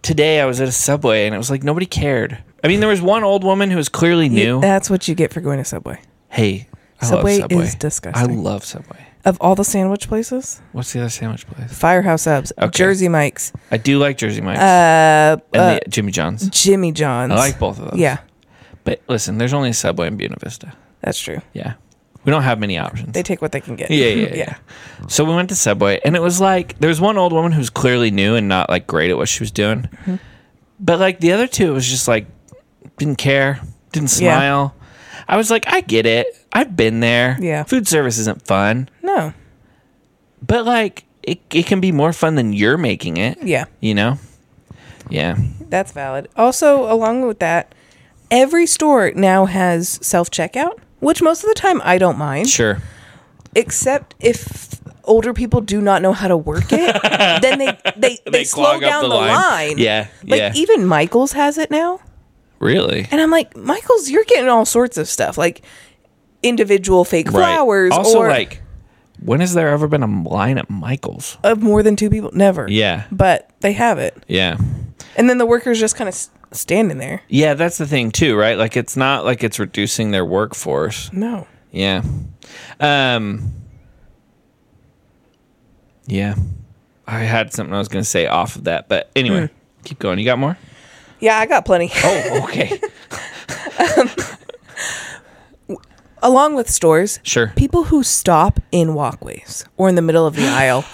Speaker 2: Today I was at a subway and it was like nobody cared. I mean, there was one old woman who was clearly new.
Speaker 1: that's what you get for going to Subway.
Speaker 2: hey, I
Speaker 1: Subway is
Speaker 2: love Subway.
Speaker 1: disgusting.
Speaker 2: I love Subway.
Speaker 1: Of all the sandwich places,
Speaker 2: What's the other sandwich place?
Speaker 1: Firehouse Subs, Jersey Mike's,
Speaker 2: I do like Jersey Mike's
Speaker 1: uh,
Speaker 2: and
Speaker 1: uh,
Speaker 2: the Jimmy John's.
Speaker 1: Jimmy John's.
Speaker 2: I like both of those.
Speaker 1: Yeah,
Speaker 2: but listen, there's only a Subway in Buena Vista.
Speaker 1: that's true.
Speaker 2: Yeah, we don't have many options.
Speaker 1: They take what they can get.
Speaker 2: Yeah, yeah, yeah. So we went to Subway, and it was like there was one old woman who's clearly new and not like great at what she was doing,
Speaker 1: Mm-hmm.
Speaker 2: but like the other two, it was just like didn't care, didn't
Speaker 1: Yeah.
Speaker 2: smile. I was like, I get it. I've been there.
Speaker 1: Yeah.
Speaker 2: food service isn't fun,
Speaker 1: No,
Speaker 2: but like it, it can be more fun than you're making it.
Speaker 1: yeah,
Speaker 2: You know? Yeah.
Speaker 1: that's valid. Also, along with that, every store now has self checkout, which most of the time I don't mind.
Speaker 2: Sure.
Speaker 1: except if older people do not know how to work it, then they they, they,
Speaker 2: They
Speaker 1: slow
Speaker 2: clog up
Speaker 1: down the,
Speaker 2: the
Speaker 1: line.
Speaker 2: line. Yeah,
Speaker 1: like
Speaker 2: yeah.
Speaker 1: even Michaels has it now,
Speaker 2: Really?
Speaker 1: and I'm like, Michaels, you're getting all sorts of stuff like individual fake flowers
Speaker 2: Also,
Speaker 1: or
Speaker 2: like, when has there ever been a line at Michael's?
Speaker 1: of more than two people. Never.
Speaker 2: Yeah.
Speaker 1: but they have it,
Speaker 2: Yeah.
Speaker 1: and then the workers just kind of s- standing there.
Speaker 2: Yeah, that's the thing too, right? Like it's not like it's reducing their workforce.
Speaker 1: No.
Speaker 2: Yeah. Um Yeah. I had something I was gonna say off of that, but
Speaker 1: Mm.
Speaker 2: anyway, keep going. You got more?
Speaker 1: Yeah, I got plenty.
Speaker 2: Oh, okay.
Speaker 1: Along with stores,
Speaker 2: sure.
Speaker 1: people who stop in walkways or in the middle of the aisle.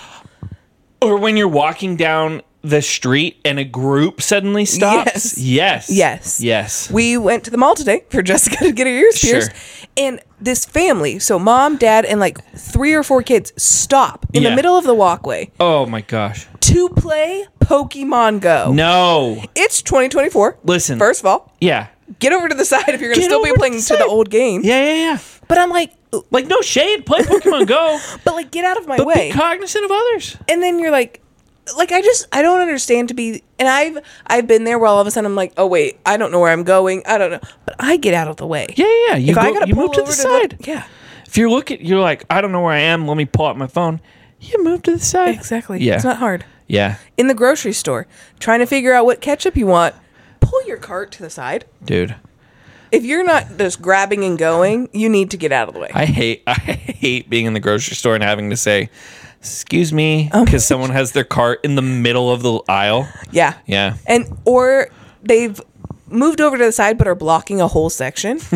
Speaker 2: Or when you're walking down the street and a group suddenly stops? Yes.
Speaker 1: Yes.
Speaker 2: Yes.
Speaker 1: We went to the mall today for Jessica to get her ears
Speaker 2: Sure.
Speaker 1: pierced. And this family, so mom, dad, and like three or four kids, stop in
Speaker 2: Yeah.
Speaker 1: the middle of the walkway
Speaker 2: oh my gosh.
Speaker 1: to play Pokemon Go.
Speaker 2: No.
Speaker 1: It's 2024.
Speaker 2: Listen.
Speaker 1: First of all,
Speaker 2: Yeah.
Speaker 1: get over to the side if you're going to
Speaker 2: Get
Speaker 1: still be
Speaker 2: over to
Speaker 1: playing
Speaker 2: the
Speaker 1: to the
Speaker 2: side.
Speaker 1: old game.
Speaker 2: Yeah, yeah, yeah.
Speaker 1: But I'm like, "Ugh,"
Speaker 2: Like no shade, play Pokemon Go,
Speaker 1: but like, get out of my
Speaker 2: but
Speaker 1: way.
Speaker 2: be cognizant of others.
Speaker 1: and then you're like, like I just I don't understand to be. And I've I've been there where all of a sudden I'm like, oh wait, I don't know where I'm going. I don't know. But I get out of the way.
Speaker 2: Yeah, yeah, yeah. You,
Speaker 1: If
Speaker 2: go,
Speaker 1: I gotta
Speaker 2: you move
Speaker 1: pull
Speaker 2: to the
Speaker 1: over to
Speaker 2: side.
Speaker 1: look- yeah.
Speaker 2: If you're looking, you're like, I don't know where I am. Let me pull out my phone. You move to the side.
Speaker 1: Exactly.
Speaker 2: Yeah.
Speaker 1: It's not hard.
Speaker 2: Yeah,
Speaker 1: In the grocery store, trying to figure out what ketchup you want, pull your cart to the side.
Speaker 2: dude.
Speaker 1: If you're not just grabbing and going, you need to get out of the way.
Speaker 2: I hate I hate being in the grocery store and having to say, "Excuse me,"
Speaker 1: Oh
Speaker 2: because someone has their cart in the middle of the aisle.
Speaker 1: yeah.
Speaker 2: Yeah.
Speaker 1: And or they've moved over to the side but are blocking a whole section.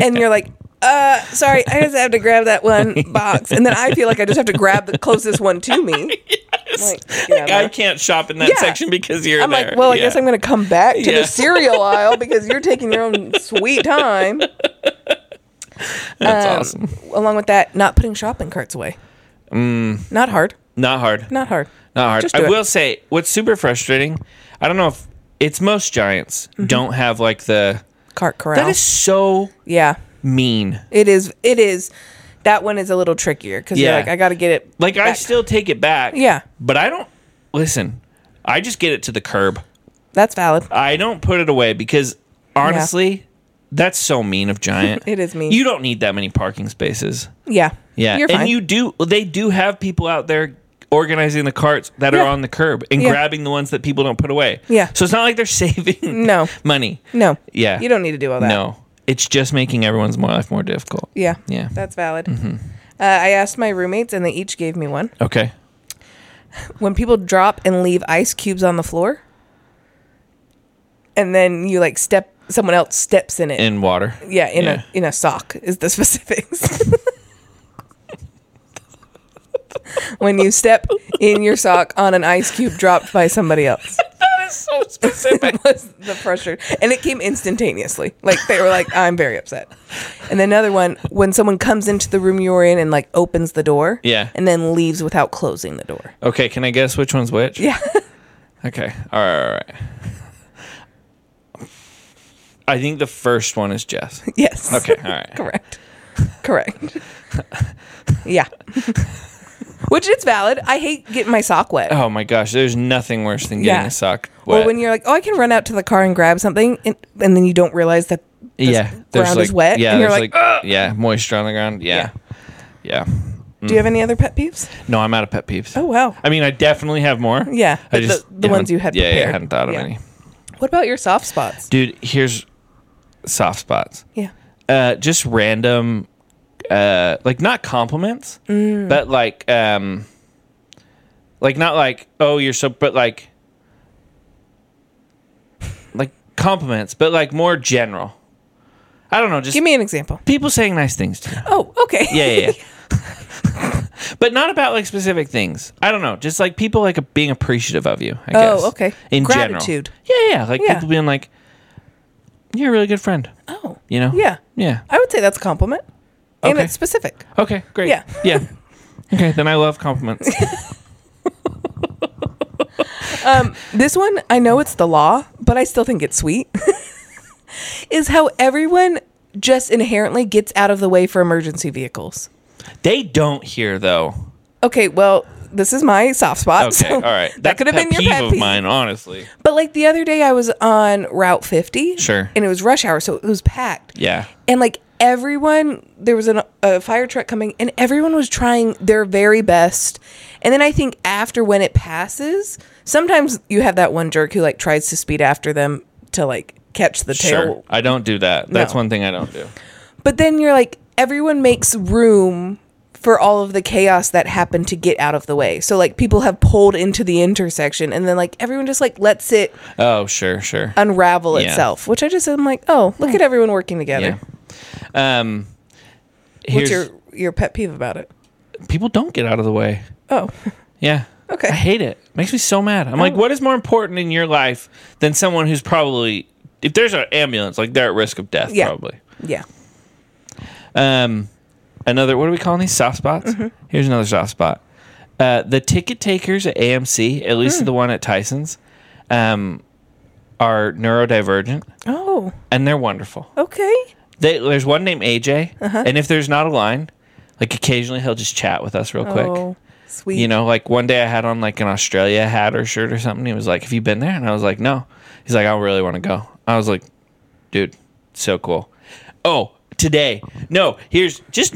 Speaker 1: And you're like, uh, sorry, I just have to grab that one box. And then I feel like I just have to grab the closest one to me. Like, get out of
Speaker 2: I
Speaker 1: there.
Speaker 2: can't shop in that
Speaker 1: Yeah.
Speaker 2: section because you're
Speaker 1: I'm
Speaker 2: there.
Speaker 1: like, well, I
Speaker 2: Yeah.
Speaker 1: guess I'm going to come back to
Speaker 2: Yeah.
Speaker 1: the cereal aisle because you're taking your own sweet time.
Speaker 2: That's
Speaker 1: Um,
Speaker 2: awesome.
Speaker 1: Along with that, not putting shopping carts away. Mm. Not hard.
Speaker 2: Not hard.
Speaker 1: Not hard.
Speaker 2: Not hard.
Speaker 1: Just do
Speaker 2: I
Speaker 1: it.
Speaker 2: will say what's super frustrating. I don't know if it's most giants
Speaker 1: Mm-hmm.
Speaker 2: don't have like the.
Speaker 1: Cart corral.
Speaker 2: That is so
Speaker 1: yeah.
Speaker 2: mean.
Speaker 1: It is. It is. That one is a little trickier because
Speaker 2: Yeah.
Speaker 1: you're like, I got to get it.
Speaker 2: Like I
Speaker 1: back.
Speaker 2: still take it back.
Speaker 1: Yeah.
Speaker 2: But I don't listen. I just get it to the curb.
Speaker 1: That's valid.
Speaker 2: I don't put it away because honestly, that's so mean of Giant.
Speaker 1: It is mean.
Speaker 2: You don't need that many parking spaces.
Speaker 1: Yeah.
Speaker 2: Yeah.
Speaker 1: You're
Speaker 2: and
Speaker 1: fine.
Speaker 2: you do they do have people out there organizing the carts that
Speaker 1: Yeah.
Speaker 2: are on the curb and
Speaker 1: Yeah.
Speaker 2: grabbing the ones that people don't put away.
Speaker 1: Yeah.
Speaker 2: So it's not like they're saving
Speaker 1: No.
Speaker 2: money.
Speaker 1: no.
Speaker 2: Yeah.
Speaker 1: You don't need to do all that.
Speaker 2: No. It's just making everyone's more life more difficult.
Speaker 1: Yeah.
Speaker 2: Yeah. Mm-hmm.
Speaker 1: That's valid. Uh, I asked my roommates, and they each gave me one.
Speaker 2: Okay.
Speaker 1: When people drop and leave ice cubes on the floor, and then you like step, someone else steps in it.
Speaker 2: In water.
Speaker 1: yeah, in
Speaker 2: yeah.
Speaker 1: a in a sock is the specifics. when you step in your sock on an ice cube dropped by somebody else.
Speaker 2: That is so specific.
Speaker 1: was the pressure. And it came instantaneously. Like they were like, I'm very upset. And then another one, when someone comes into the room you're in and like opens the door.
Speaker 2: Yeah.
Speaker 1: And then leaves without closing the door.
Speaker 2: Okay, can I guess which one's which?
Speaker 1: Yeah.
Speaker 2: Okay. All right, all right. I think the first one is Jess.
Speaker 1: yes.
Speaker 2: Okay, all right.
Speaker 1: Correct. Correct. yeah. Which it's valid. I hate getting my sock wet.
Speaker 2: Oh my gosh, there's nothing worse than getting
Speaker 1: Yeah.
Speaker 2: a sock wet.
Speaker 1: Or when you're like, oh, I can run out to the car and grab something, and, and then you don't realize that the
Speaker 2: yeah, there's
Speaker 1: ground
Speaker 2: like
Speaker 1: is wet,
Speaker 2: yeah,
Speaker 1: and you're
Speaker 2: there's
Speaker 1: like,
Speaker 2: like, yeah, moisture on the ground. Yeah. yeah,
Speaker 1: do you have any other pet peeves?
Speaker 2: No, I'm out of pet peeves.
Speaker 1: Oh wow,
Speaker 2: I mean, I definitely have more.
Speaker 1: Yeah,
Speaker 2: I
Speaker 1: but the-
Speaker 2: just
Speaker 1: the
Speaker 2: yeah,
Speaker 1: ones you had
Speaker 2: Yeah, yeah, I
Speaker 1: prepared.
Speaker 2: hadn't thought of
Speaker 1: Yeah.
Speaker 2: any.
Speaker 1: what about your soft spots?
Speaker 2: Dude, here's soft spots.
Speaker 1: Yeah,
Speaker 2: uh, just random, uh, like not compliments,
Speaker 1: Mm.
Speaker 2: but like, um, like not like, oh, you're so, but like, like compliments, but like more general. I don't know, just
Speaker 1: give me an example.
Speaker 2: people saying nice things to you.
Speaker 1: Oh, okay.
Speaker 2: Yeah, yeah, yeah. but not about like specific things. I don't know, just like people like being appreciative of you. I
Speaker 1: Oh,
Speaker 2: guess.
Speaker 1: okay.
Speaker 2: In
Speaker 1: Gratitude.
Speaker 2: general, yeah, yeah, like
Speaker 1: Yeah.
Speaker 2: people being like, you're a really good friend.
Speaker 1: Oh,
Speaker 2: You know?
Speaker 1: Yeah.
Speaker 2: Yeah.
Speaker 1: I would say that's a compliment. And
Speaker 2: Okay.
Speaker 1: it's specific.
Speaker 2: Okay, great.
Speaker 1: Yeah.
Speaker 2: Yeah. Okay, then I love compliments.
Speaker 1: This one, I know it's the law, but I still think it's sweet. is how everyone just inherently gets out of the way for emergency vehicles.
Speaker 2: they don't hear though.
Speaker 1: Okay, well, this is my soft spot.
Speaker 2: Okay,
Speaker 1: so
Speaker 2: all right.
Speaker 1: That could have been your pet
Speaker 2: of
Speaker 1: peeve.
Speaker 2: mine, honestly.
Speaker 1: But like the other day I was on Route 50.
Speaker 2: Sure.
Speaker 1: And it was rush hour, so it was packed.
Speaker 2: Yeah.
Speaker 1: And like everyone, there was an, a fire truck coming, and everyone was trying their very best. And then I think after when it passes, sometimes you have that one jerk who like tries to speed after them to like catch the tail.
Speaker 2: Sure. I don't do that. That's
Speaker 1: No.
Speaker 2: one thing I don't do.
Speaker 1: But then you're like, everyone makes room for all of the chaos that happened to get out of the way. So like people have pulled into the intersection, and then like everyone just like lets it
Speaker 2: Oh, sure, sure.
Speaker 1: unravel
Speaker 2: Yeah. Hmm.
Speaker 1: itself, which I just am like, oh, look at everyone working together.
Speaker 2: yeah. Um here's
Speaker 1: What's your your pet peeve about it?
Speaker 2: people don't get out of the way.
Speaker 1: Oh,
Speaker 2: Yeah.
Speaker 1: Okay. Oh.
Speaker 2: I hate it. Makes me so mad. I'm like, what is more important in your life than someone who's probably if there's an ambulance, like they're at risk of death
Speaker 1: Yeah.
Speaker 2: probably.
Speaker 1: Yeah.
Speaker 2: Um, another what are we calling these soft spots? Here's another soft spot. Uh, the ticket takers at AMC, at least the one at Tyson's, um, are neurodivergent
Speaker 1: Oh.
Speaker 2: and they're wonderful.
Speaker 1: Okay.
Speaker 2: They, there's one named AJ, and if there's not a line, like occasionally he'll just chat with us real quick.
Speaker 1: Oh, sweet.
Speaker 2: You know, like one day I had on like an Australia hat or shirt or something. He was like, "Have you been there?" And I was like, "No." He's like, "I really want to go." I was like, "Dude, so cool." Oh, today? No. Here's just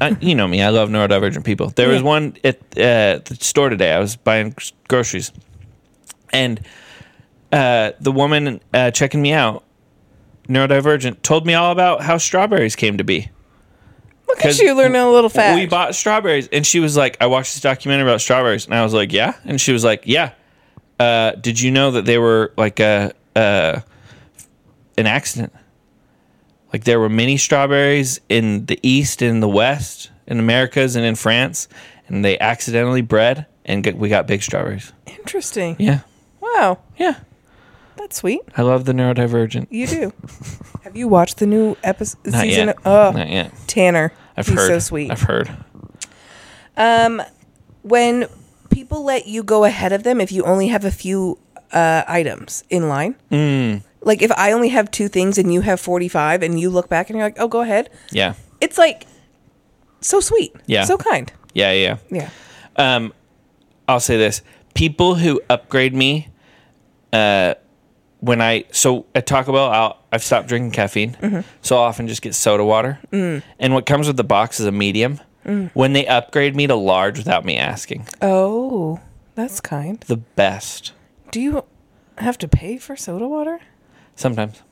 Speaker 2: uh, you know me. I love neurodivergent people. There was
Speaker 1: Yeah.
Speaker 2: one at uh, the store today. I was buying groceries, and uh, the woman uh, checking me out, neurodivergent, told me all about how strawberries came to be.
Speaker 1: Look at
Speaker 2: 'Cause
Speaker 1: you learning a little fact.
Speaker 2: We bought strawberries, and she was like, "I watched this documentary about strawberries," and I was like, "Yeah," and she was like, "Yeah." Uh, did you know that they were like a uh, an accident? Like there were many strawberries in the East, in the West, in Americas, and in France, and they accidentally bred, and get, we got big strawberries.
Speaker 1: Interesting.
Speaker 2: Yeah,
Speaker 1: Wow.
Speaker 2: yeah.
Speaker 1: That's sweet.
Speaker 2: I love the neurodivergent.
Speaker 1: You do. Have you watched the new episode
Speaker 2: Not
Speaker 1: season?
Speaker 2: yet.
Speaker 1: Of, oh,
Speaker 2: Not yet.
Speaker 1: Tanner.
Speaker 2: I've
Speaker 1: he's
Speaker 2: heard.
Speaker 1: so sweet.
Speaker 2: I've heard.
Speaker 1: Um, when people let you go ahead of them, if you only have a few uh, items in line,
Speaker 2: Mm.
Speaker 1: like if I only have two things and you have 45 and you look back and you're like, oh, go ahead,
Speaker 2: Yeah.
Speaker 1: it's like so sweet.
Speaker 2: Yeah.
Speaker 1: So kind.
Speaker 2: Yeah. Yeah.
Speaker 1: Yeah.
Speaker 2: um, I'll say this: people who upgrade me, uh, when I so at Taco Bell, I'll, I've stopped drinking caffeine,
Speaker 1: Mm-hmm.
Speaker 2: so I'll often just get soda water.
Speaker 1: Mm.
Speaker 2: And what comes with the box is a medium. When they upgrade me to large without me asking,
Speaker 1: Oh, that's kind.
Speaker 2: the best.
Speaker 1: Do you have to pay for soda water?
Speaker 2: Sometimes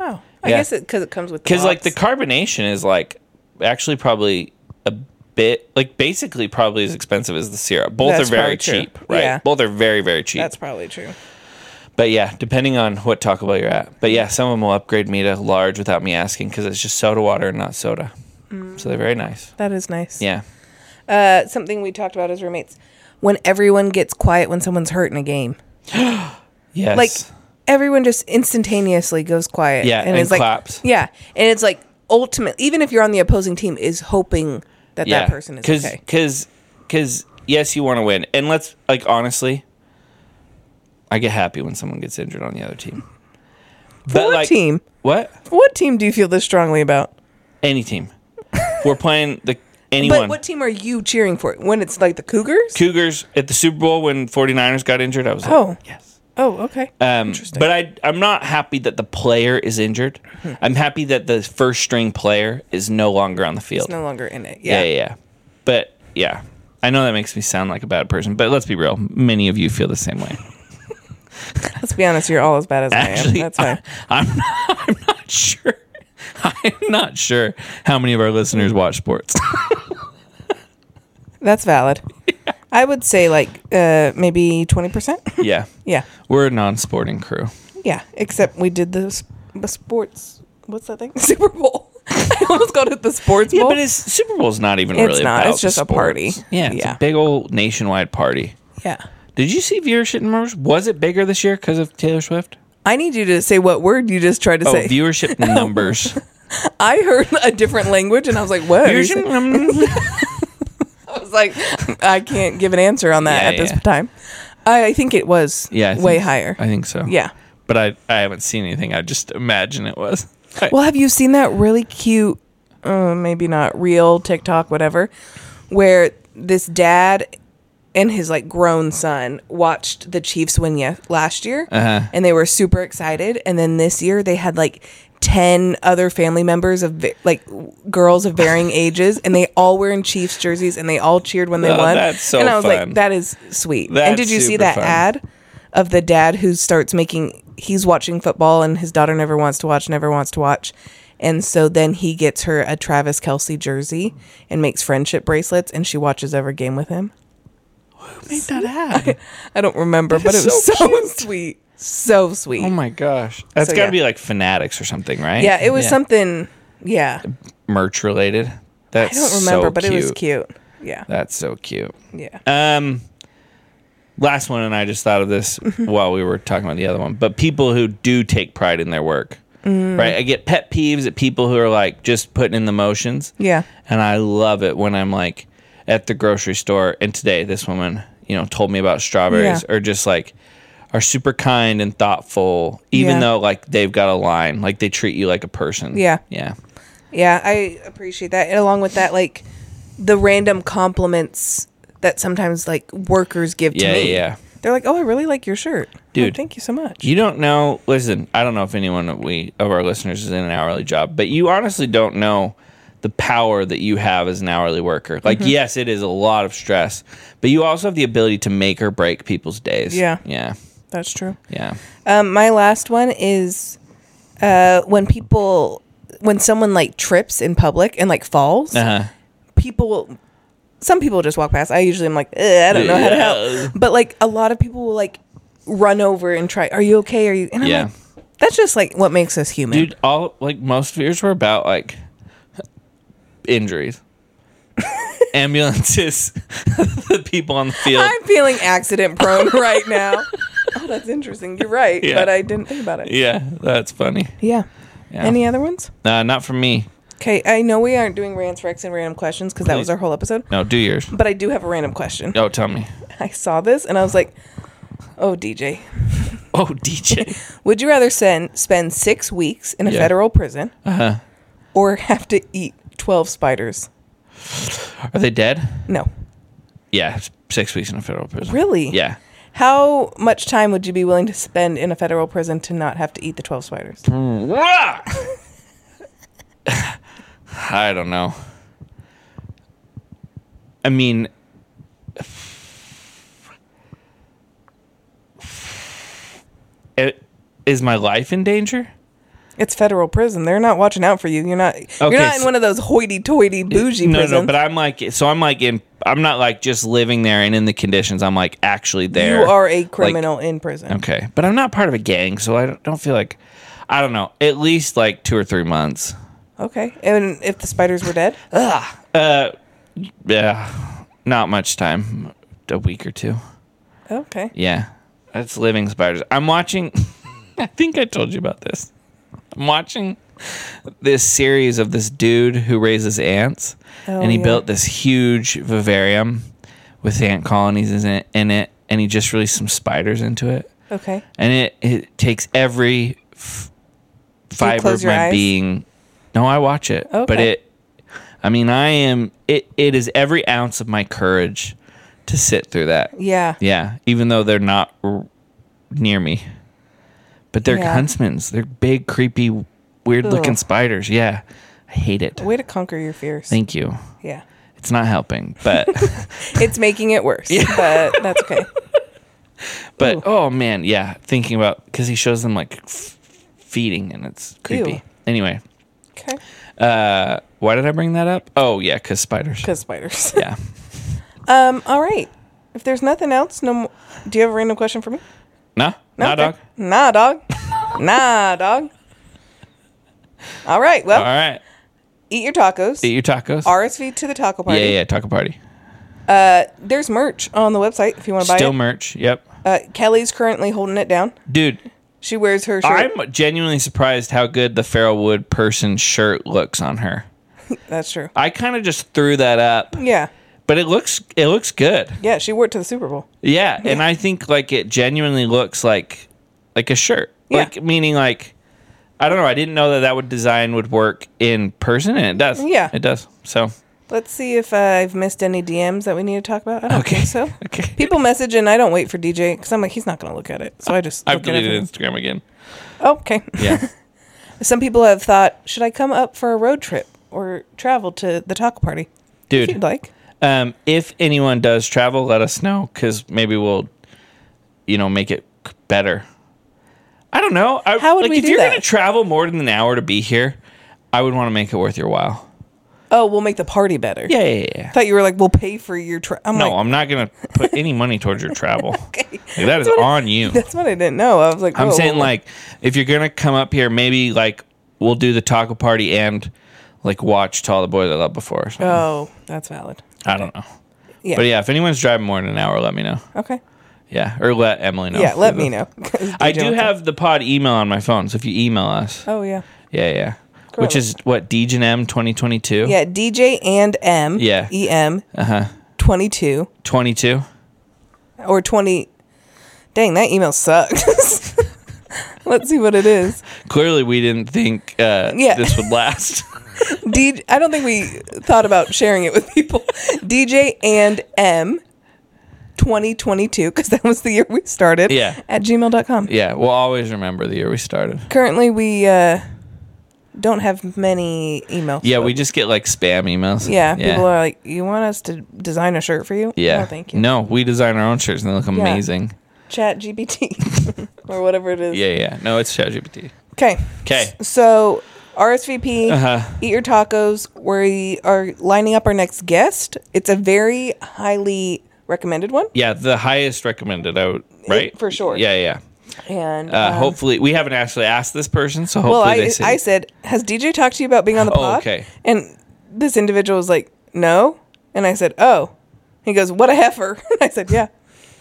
Speaker 1: Oh, I
Speaker 2: Yeah.
Speaker 1: guess it because it comes with
Speaker 2: because like the
Speaker 1: box.
Speaker 2: carbonation is like actually probably a bit like basically probably as expensive as the syrup. Both
Speaker 1: That's
Speaker 2: are
Speaker 1: probably
Speaker 2: very
Speaker 1: true.
Speaker 2: cheap, right?
Speaker 1: Yeah.
Speaker 2: Both are very very cheap.
Speaker 1: that's probably true.
Speaker 2: But yeah, depending on what Taco Bell you're at. But yeah, someone will upgrade me to large without me asking because it's just soda water and not soda.
Speaker 1: Mm.
Speaker 2: So they're very nice.
Speaker 1: That is nice.
Speaker 2: Yeah.
Speaker 1: Uh, something we talked about as roommates when everyone gets quiet when someone's hurt in a game.
Speaker 2: Yes.
Speaker 1: like everyone just instantaneously goes quiet
Speaker 2: Yeah, and
Speaker 1: it's like
Speaker 2: claps.
Speaker 1: yeah and it's like ultimate even if you're on the opposing team is hoping that
Speaker 2: yeah.
Speaker 1: that person is
Speaker 2: Cause,
Speaker 1: okay
Speaker 2: Because yes, you want to win, and let's like honestly, I get happy when someone gets injured on the other team.
Speaker 1: what team
Speaker 2: What?
Speaker 1: what team do you feel this strongly about
Speaker 2: Any team. We're playing the anyone.
Speaker 1: but what team are you cheering for when it's like the cougars
Speaker 2: Cougars at the Super Bowl when 49ers got injured. I was like,
Speaker 1: Oh.
Speaker 2: yes.
Speaker 1: oh okay
Speaker 2: Um, but I, I'm not happy that the player is injured.
Speaker 1: Hmm.
Speaker 2: I'm happy that the first string player is no longer on the field.
Speaker 1: it's no longer in it
Speaker 2: yeah.
Speaker 1: yeah,
Speaker 2: yeah, yeah. But yeah, I know that makes me sound like a bad person, but let's be real. Many of you feel the same way.
Speaker 1: let's be honest you're all as bad as
Speaker 2: Actually,
Speaker 1: i am that's fine
Speaker 2: I, am not, I'm not sure. I'm not sure how many of our listeners watch sports.
Speaker 1: that's valid i would say like uh maybe 20%
Speaker 2: yeah.
Speaker 1: yeah
Speaker 2: We're a non sporting crew.
Speaker 1: yeah except we did the, sp- the sports what's that thing super bowl i almost called it the sports
Speaker 2: Yeah,
Speaker 1: bowl
Speaker 2: but it's, Super Bowl's not even
Speaker 1: It's
Speaker 2: really
Speaker 1: not.
Speaker 2: about
Speaker 1: It's just
Speaker 2: the
Speaker 1: a party.
Speaker 2: sports. Yeah, it's
Speaker 1: Yeah.
Speaker 2: a big old nationwide party.
Speaker 1: yeah
Speaker 2: Did you see viewership numbers? Was it bigger this year because of Taylor Swift?
Speaker 1: I need you to say what word you just tried to
Speaker 2: Oh,
Speaker 1: say.
Speaker 2: viewership numbers.
Speaker 1: I heard a different language and I was like, what? are you saying?
Speaker 2: viewership numbers.
Speaker 1: I was like, I can't give an answer on that
Speaker 2: Yeah,
Speaker 1: at this
Speaker 2: yeah.
Speaker 1: time. I, I think it was
Speaker 2: Yeah, I think-
Speaker 1: way higher.
Speaker 2: I think so.
Speaker 1: yeah.
Speaker 2: but I I haven't seen anything. I just imagine it was. I-
Speaker 1: Well, have you seen that really cute, uh, maybe not real TikTok, whatever, where this dad and his like grown son watched the Chiefs win ye- last year,
Speaker 2: Uh-huh.
Speaker 1: and they were super excited. And then this year they had like ten other family members of vi- like w- girls of varying ages, and they all were in Chiefs jerseys, and they all cheered when they
Speaker 2: Oh,
Speaker 1: won.
Speaker 2: that's so
Speaker 1: and I was
Speaker 2: fun.
Speaker 1: like, that is sweet. and
Speaker 2: That's
Speaker 1: did you see
Speaker 2: super
Speaker 1: that
Speaker 2: fun.
Speaker 1: ad? of the dad who starts making he's watching football and his daughter never wants to watch never wants to watch and so then he gets her a travis kelsey jersey and makes friendship bracelets and she watches every game with him
Speaker 2: Who made that ad?
Speaker 1: i don't remember but
Speaker 2: is
Speaker 1: it was
Speaker 2: so
Speaker 1: so, sweet so sweet
Speaker 2: oh my gosh, that's
Speaker 1: So,
Speaker 2: got to
Speaker 1: yeah.
Speaker 2: be like fanatics or something, right?
Speaker 1: yeah it was something yeah
Speaker 2: merch related. That's
Speaker 1: i don't remember
Speaker 2: so
Speaker 1: but it was
Speaker 2: cute.
Speaker 1: cute yeah
Speaker 2: That's so cute.
Speaker 1: yeah
Speaker 2: Um, last one, and I just thought of this
Speaker 1: Mm-hmm.
Speaker 2: while we were talking about the other one. But people who do take pride in their work,
Speaker 1: Mm.
Speaker 2: right? I get pet peeves at people who are like just putting in the motions.
Speaker 1: Yeah.
Speaker 2: And I love it when I'm like at the grocery store. And today, this woman, you know, told me about strawberries
Speaker 1: Yeah.
Speaker 2: or just like are super kind and thoughtful, even
Speaker 1: Yeah.
Speaker 2: though like they've got a line, like they treat you like a person.
Speaker 1: Yeah.
Speaker 2: Yeah.
Speaker 1: Yeah, I appreciate that. And along with that, like the random compliments that sometimes like workers give to
Speaker 2: Yeah,
Speaker 1: me.
Speaker 2: yeah.
Speaker 1: They're like, "Oh, I really like your shirt, Oh,
Speaker 2: Dude.
Speaker 1: thank you so much."
Speaker 2: You don't know. Listen, I don't know if anyone of we of our listeners is in an hourly job, but you honestly don't know the power that you have as an hourly worker. Like,
Speaker 1: Mm-hmm.
Speaker 2: yes, it is a lot of stress, but you also have the ability to make or break people's days.
Speaker 1: Yeah.
Speaker 2: yeah,
Speaker 1: That's true.
Speaker 2: yeah.
Speaker 1: Um, my last one is uh, when people when someone like trips in public and like falls,
Speaker 2: Uh-huh.
Speaker 1: people will. Some people just walk past. I usually am like, "Ugh, I don't know how to
Speaker 2: Yeah.
Speaker 1: help. But like a lot of people will like run over and try, "Are you okay? Are you?" And I'm
Speaker 2: Yeah.
Speaker 1: like, that's just like what makes us human.
Speaker 2: Dude, all like most fears were about like injuries, ambulances, the people on the field.
Speaker 1: I'm feeling accident prone right now. Oh, that's interesting. You're right,
Speaker 2: Yeah.
Speaker 1: but I didn't think about it. Yeah.
Speaker 2: yeah, that's funny. Yeah.
Speaker 1: Any other ones?
Speaker 2: uh, not for me.
Speaker 1: Okay, I know we aren't doing rants, recs, and random questions because that was
Speaker 2: Please.
Speaker 1: our whole episode.
Speaker 2: No, do yours.
Speaker 1: But I do have a random question.
Speaker 2: Oh, tell me.
Speaker 1: I saw this and I was like, "Oh, DJ,
Speaker 2: Oh, DJ.
Speaker 1: would you rather send, spend six weeks in a
Speaker 2: Yeah.
Speaker 1: federal prison
Speaker 2: Uh-huh.
Speaker 1: or have to eat twelve spiders?"
Speaker 2: Are they dead?
Speaker 1: No,
Speaker 2: Yeah, s- six weeks in a federal prison.
Speaker 1: really.
Speaker 2: Yeah.
Speaker 1: How much time would you be willing to spend in a federal prison to not have to eat the twelve spiders?
Speaker 2: Wah! I don't know. I mean, it, is my life in danger?
Speaker 1: It's federal prison. They're not watching out for you. You're not.
Speaker 2: Okay,
Speaker 1: you're not in
Speaker 2: so-
Speaker 1: one of those hoity-toity bougie
Speaker 2: no,
Speaker 1: prisons.
Speaker 2: no, but I'm like, so I'm like in, I'm not like just living there and in the conditions. I'm like actually there.
Speaker 1: you are a
Speaker 2: Like,
Speaker 1: criminal in prison.
Speaker 2: Okay, but I'm not part of a gang, so I don't, don't feel like I don't know. At least like two or three months.
Speaker 1: Okay. And if the spiders were dead,
Speaker 2: Uh, yeah, not much time. A week or two.
Speaker 1: okay.
Speaker 2: Yeah, that's living spiders. I'm watching. I think I told you about this. I'm watching this series of this dude who raises ants,
Speaker 1: Oh,
Speaker 2: and he
Speaker 1: yeah.
Speaker 2: built this huge vivarium with ant colonies in it, in it, and he just released some spiders into it.
Speaker 1: Okay.
Speaker 2: and it, it takes every f- fiber
Speaker 1: close
Speaker 2: of
Speaker 1: your
Speaker 2: my
Speaker 1: eyes?
Speaker 2: being. No, I watch it, but
Speaker 1: Okay.
Speaker 2: it. I mean, I am. It. It is every ounce of my courage to sit through that.
Speaker 1: Yeah.
Speaker 2: Yeah, even though they're not r- near me, but they're
Speaker 1: Yeah.
Speaker 2: huntsmen. They're big, creepy, weird-looking
Speaker 1: Ugh.
Speaker 2: spiders. Yeah, I hate it.
Speaker 1: Way to conquer your fears.
Speaker 2: Thank you.
Speaker 1: yeah.
Speaker 2: It's not helping, but
Speaker 1: It's making it worse, but that's okay.
Speaker 2: but
Speaker 1: Ooh.
Speaker 2: oh man, yeah. Thinking about because he shows them like f- feeding and it's creepy.
Speaker 1: Ew.
Speaker 2: Anyway,
Speaker 1: Okay.
Speaker 2: Uh, why did I bring that up? Oh yeah, cause spiders.
Speaker 1: Because spiders.
Speaker 2: yeah.
Speaker 1: Um. All right. If there's nothing else, no. Mo- Do you have a random question for me?
Speaker 2: Nah,
Speaker 1: No,
Speaker 2: nah,
Speaker 1: okay.
Speaker 2: dog.
Speaker 1: Nah, dog. nah, dog. All right. Well,
Speaker 2: All right,
Speaker 1: eat your tacos.
Speaker 2: eat your tacos.
Speaker 1: RSV to the taco
Speaker 2: yeah,
Speaker 1: party.
Speaker 2: yeah, taco party.
Speaker 1: There's merch on the website if you want to buy
Speaker 2: Still
Speaker 1: it.
Speaker 2: merch. Yep,
Speaker 1: Uh, Kelly's currently holding it down.
Speaker 2: dude.
Speaker 1: She wears her shirt.
Speaker 2: I'm genuinely surprised how good the Farrell Wood person shirt looks on her.
Speaker 1: That's true.
Speaker 2: I kind of just threw that up,
Speaker 1: Yeah.
Speaker 2: but it looks it looks good.
Speaker 1: Yeah, she wore it to the Super Bowl.
Speaker 2: Yeah, and I think like it genuinely looks like like a shirt.
Speaker 1: Yeah.
Speaker 2: Like meaning like I don't know. I didn't know that that would design would work in person, and it does.
Speaker 1: Yeah.
Speaker 2: it does. So
Speaker 1: Let's see if uh, I've missed any DMs that we need to talk about. I don't
Speaker 2: Okay.
Speaker 1: think so.
Speaker 2: Okay.
Speaker 1: People message and I don't wait for DJ because I'm like, he's not going to look at it. So I just.
Speaker 2: I've
Speaker 1: look at
Speaker 2: deleted
Speaker 1: everything.
Speaker 2: Instagram again.
Speaker 1: Oh, okay.
Speaker 2: Yeah.
Speaker 1: Some people have thought, should I come up for a road trip or travel to the taco party? If you'd
Speaker 2: Dude,
Speaker 1: like.
Speaker 2: um, if anyone does travel, let us know because maybe we'll, you know, make it c- better. I don't know. I,
Speaker 1: How would
Speaker 2: like,
Speaker 1: we
Speaker 2: If
Speaker 1: do
Speaker 2: you're
Speaker 1: that?
Speaker 2: gonna travel more than an hour to be here, I would want to make it worth your while.
Speaker 1: Oh, we'll make the party better.
Speaker 2: Yeah, yeah, yeah.
Speaker 1: I thought you were like, we'll pay for your trip. I'm
Speaker 2: No,
Speaker 1: like,
Speaker 2: I'm not gonna put any money towards your travel.
Speaker 1: okay.
Speaker 2: Like, that is
Speaker 1: what I-
Speaker 2: on you.
Speaker 1: That's what I didn't know. I was like,
Speaker 2: I'm
Speaker 1: whoa,
Speaker 2: saying
Speaker 1: whoa, whoa.
Speaker 2: like, if you're gonna come up here, maybe like we'll do the taco party and like watch Tall the Boy That Love Before. Or something.
Speaker 1: Oh, that's valid.
Speaker 2: I don't know.
Speaker 1: Yeah.
Speaker 2: But yeah, if anyone's driving more than an hour, let me know.
Speaker 1: Okay.
Speaker 2: Yeah, or let Emily know.
Speaker 1: yeah, let
Speaker 2: through
Speaker 1: me
Speaker 2: the-
Speaker 1: know. 'Cause
Speaker 2: I
Speaker 1: DJ
Speaker 2: do
Speaker 1: wants
Speaker 2: have the pod email on my phone, so if you email us,
Speaker 1: to- Oh yeah.
Speaker 2: yeah, yeah,
Speaker 1: Correct.
Speaker 2: which is what DGM twenty twenty two.
Speaker 1: Yeah, DJ and M.
Speaker 2: Yeah.
Speaker 1: E M
Speaker 2: uh huh,
Speaker 1: twenty two
Speaker 2: twenty two.
Speaker 1: or twenty. Dang, that email sucks. Let's see what it is.
Speaker 2: Clearly, we didn't think uh,
Speaker 1: Yeah.
Speaker 2: this would last.
Speaker 1: D- I don't think we thought about sharing it with people. DJ and M 2022, because that was the year we started.
Speaker 2: Yeah.
Speaker 1: At gmail.com.
Speaker 2: yeah, we'll always remember the year we started.
Speaker 1: Currently, we uh, don't have many emails.
Speaker 2: Yeah, we just get like spam emails.
Speaker 1: Yeah, people are like, you want us to design a shirt for you?
Speaker 2: yeah.
Speaker 1: No, thank you.
Speaker 2: No, we design our own shirts and they look amazing.
Speaker 1: Chat GPT or whatever it is.
Speaker 2: Yeah, yeah. No, it's ChatGPT.
Speaker 1: Okay.
Speaker 2: 'Kay.
Speaker 1: So RSVP,
Speaker 2: Uh-huh.
Speaker 1: eat your tacos. We are lining up our next guest. It's a very highly recommended one.
Speaker 2: Yeah, the highest recommended out, right?
Speaker 1: for sure.
Speaker 2: Yeah, yeah.
Speaker 1: And
Speaker 2: Uh,
Speaker 1: um,
Speaker 2: hopefully, we haven't actually asked this person, so hopefully
Speaker 1: well, I,
Speaker 2: they say.
Speaker 1: I said, has DJ talked to you about being on the
Speaker 2: Oh,
Speaker 1: pod?
Speaker 2: okay.
Speaker 1: And this individual was like, no. And I said, oh. He goes, what a heifer. And I said, yeah,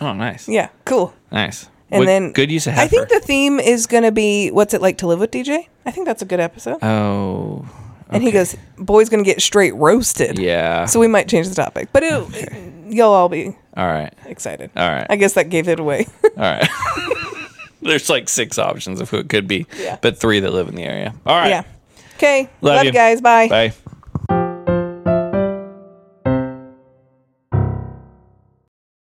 Speaker 2: oh, nice.
Speaker 1: yeah, cool.
Speaker 2: Nice.
Speaker 1: And
Speaker 2: What-
Speaker 1: then
Speaker 2: good use of heifer.
Speaker 1: I think the theme is going to be what's it like to live with DJ. I think that's a good episode.
Speaker 2: oh,
Speaker 1: And he goes, boy's going to get straight roasted.
Speaker 2: yeah.
Speaker 1: So we might change the topic, but it, you'll all be
Speaker 2: all right,
Speaker 1: excited.
Speaker 2: all right,
Speaker 1: I guess that gave it away.
Speaker 2: all right. There's like six options of who it could be,
Speaker 1: Yeah.
Speaker 2: but three that live in the area. All right.
Speaker 1: yeah. Okay.
Speaker 2: Love
Speaker 1: Love,
Speaker 2: you.
Speaker 1: you guys. Bye.
Speaker 2: Bye.